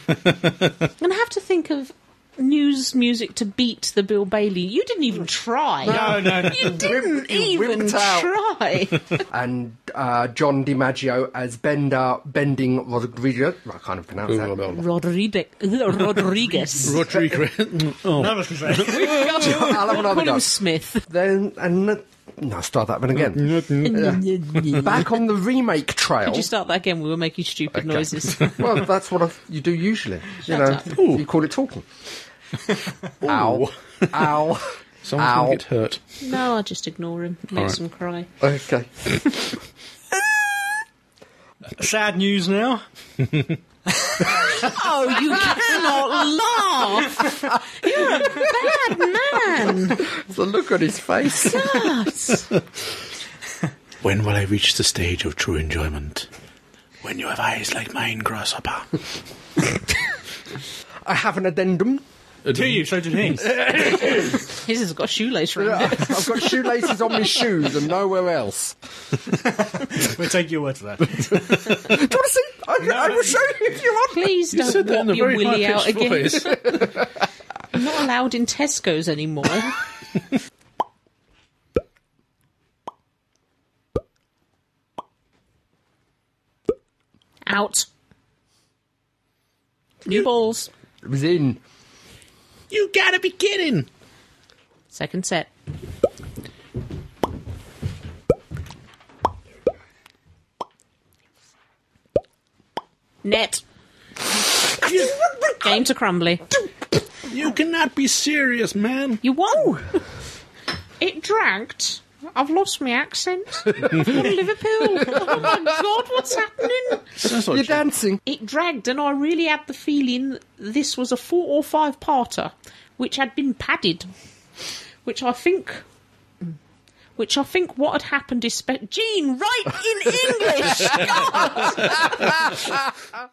Speaker 2: I'm going to have to think of news music to beat the Bill Bailey. You didn't even try.
Speaker 3: No, no, no.
Speaker 2: You didn't
Speaker 4: you
Speaker 2: even
Speaker 4: wimped out.
Speaker 2: try.
Speaker 4: and uh, John DiMaggio as Bender Bending Rodriguez. I can't even pronounce that.
Speaker 2: Rodriguez. Rodriguez.
Speaker 1: Rodriguez.
Speaker 3: None of us can say.
Speaker 4: I'll have
Speaker 2: Call
Speaker 4: another go.
Speaker 2: him Smith.
Speaker 4: Then and uh, No, start that one again. Yeah. Back on the remake trail.
Speaker 2: Could you start that again? We were making stupid noises.
Speaker 4: well, that's what I, you do usually. You
Speaker 2: Shut
Speaker 4: know,
Speaker 2: up.
Speaker 4: you call it talking. Ow! Ow!
Speaker 1: Someone's
Speaker 4: Ow.
Speaker 1: going to get hurt.
Speaker 2: no, I just ignore him.
Speaker 1: All right.
Speaker 2: Makes him cry.
Speaker 4: Okay.
Speaker 3: Sad news now.
Speaker 2: Oh, you cannot laugh! You're a bad man!
Speaker 4: The look on his face.
Speaker 1: When will I reach the stage of true enjoyment? When you have eyes like mine, grasshopper.
Speaker 4: I have an addendum.
Speaker 3: Do you? So did he.
Speaker 2: His has got a shoelace round it.
Speaker 4: I've got shoelaces on my shoes and nowhere else.
Speaker 3: we'll take your word for that.
Speaker 4: Do you want to see? I, I will show you if you want.
Speaker 2: Please
Speaker 1: You
Speaker 2: don't
Speaker 1: said that in a
Speaker 2: whop your
Speaker 1: very
Speaker 2: willy out
Speaker 1: high-pitched
Speaker 2: again.
Speaker 1: voice.
Speaker 2: I'm not allowed in Tesco's anymore. out. New balls.
Speaker 4: It was in.
Speaker 1: you gotta be kidding!
Speaker 2: Second set. Net. Game to Crumbly.
Speaker 1: You cannot be serious, man.
Speaker 2: You won. it dragged. I've lost my accent. I'm from Liverpool. Oh my god, what's happening?
Speaker 1: Sounds like
Speaker 4: You're
Speaker 1: shit.
Speaker 4: dancing.
Speaker 2: It dragged, and I really had the feeling this was a four or five parter, which had been padded, which I think. Which I think what had happened is spe- Gene, write in English. God!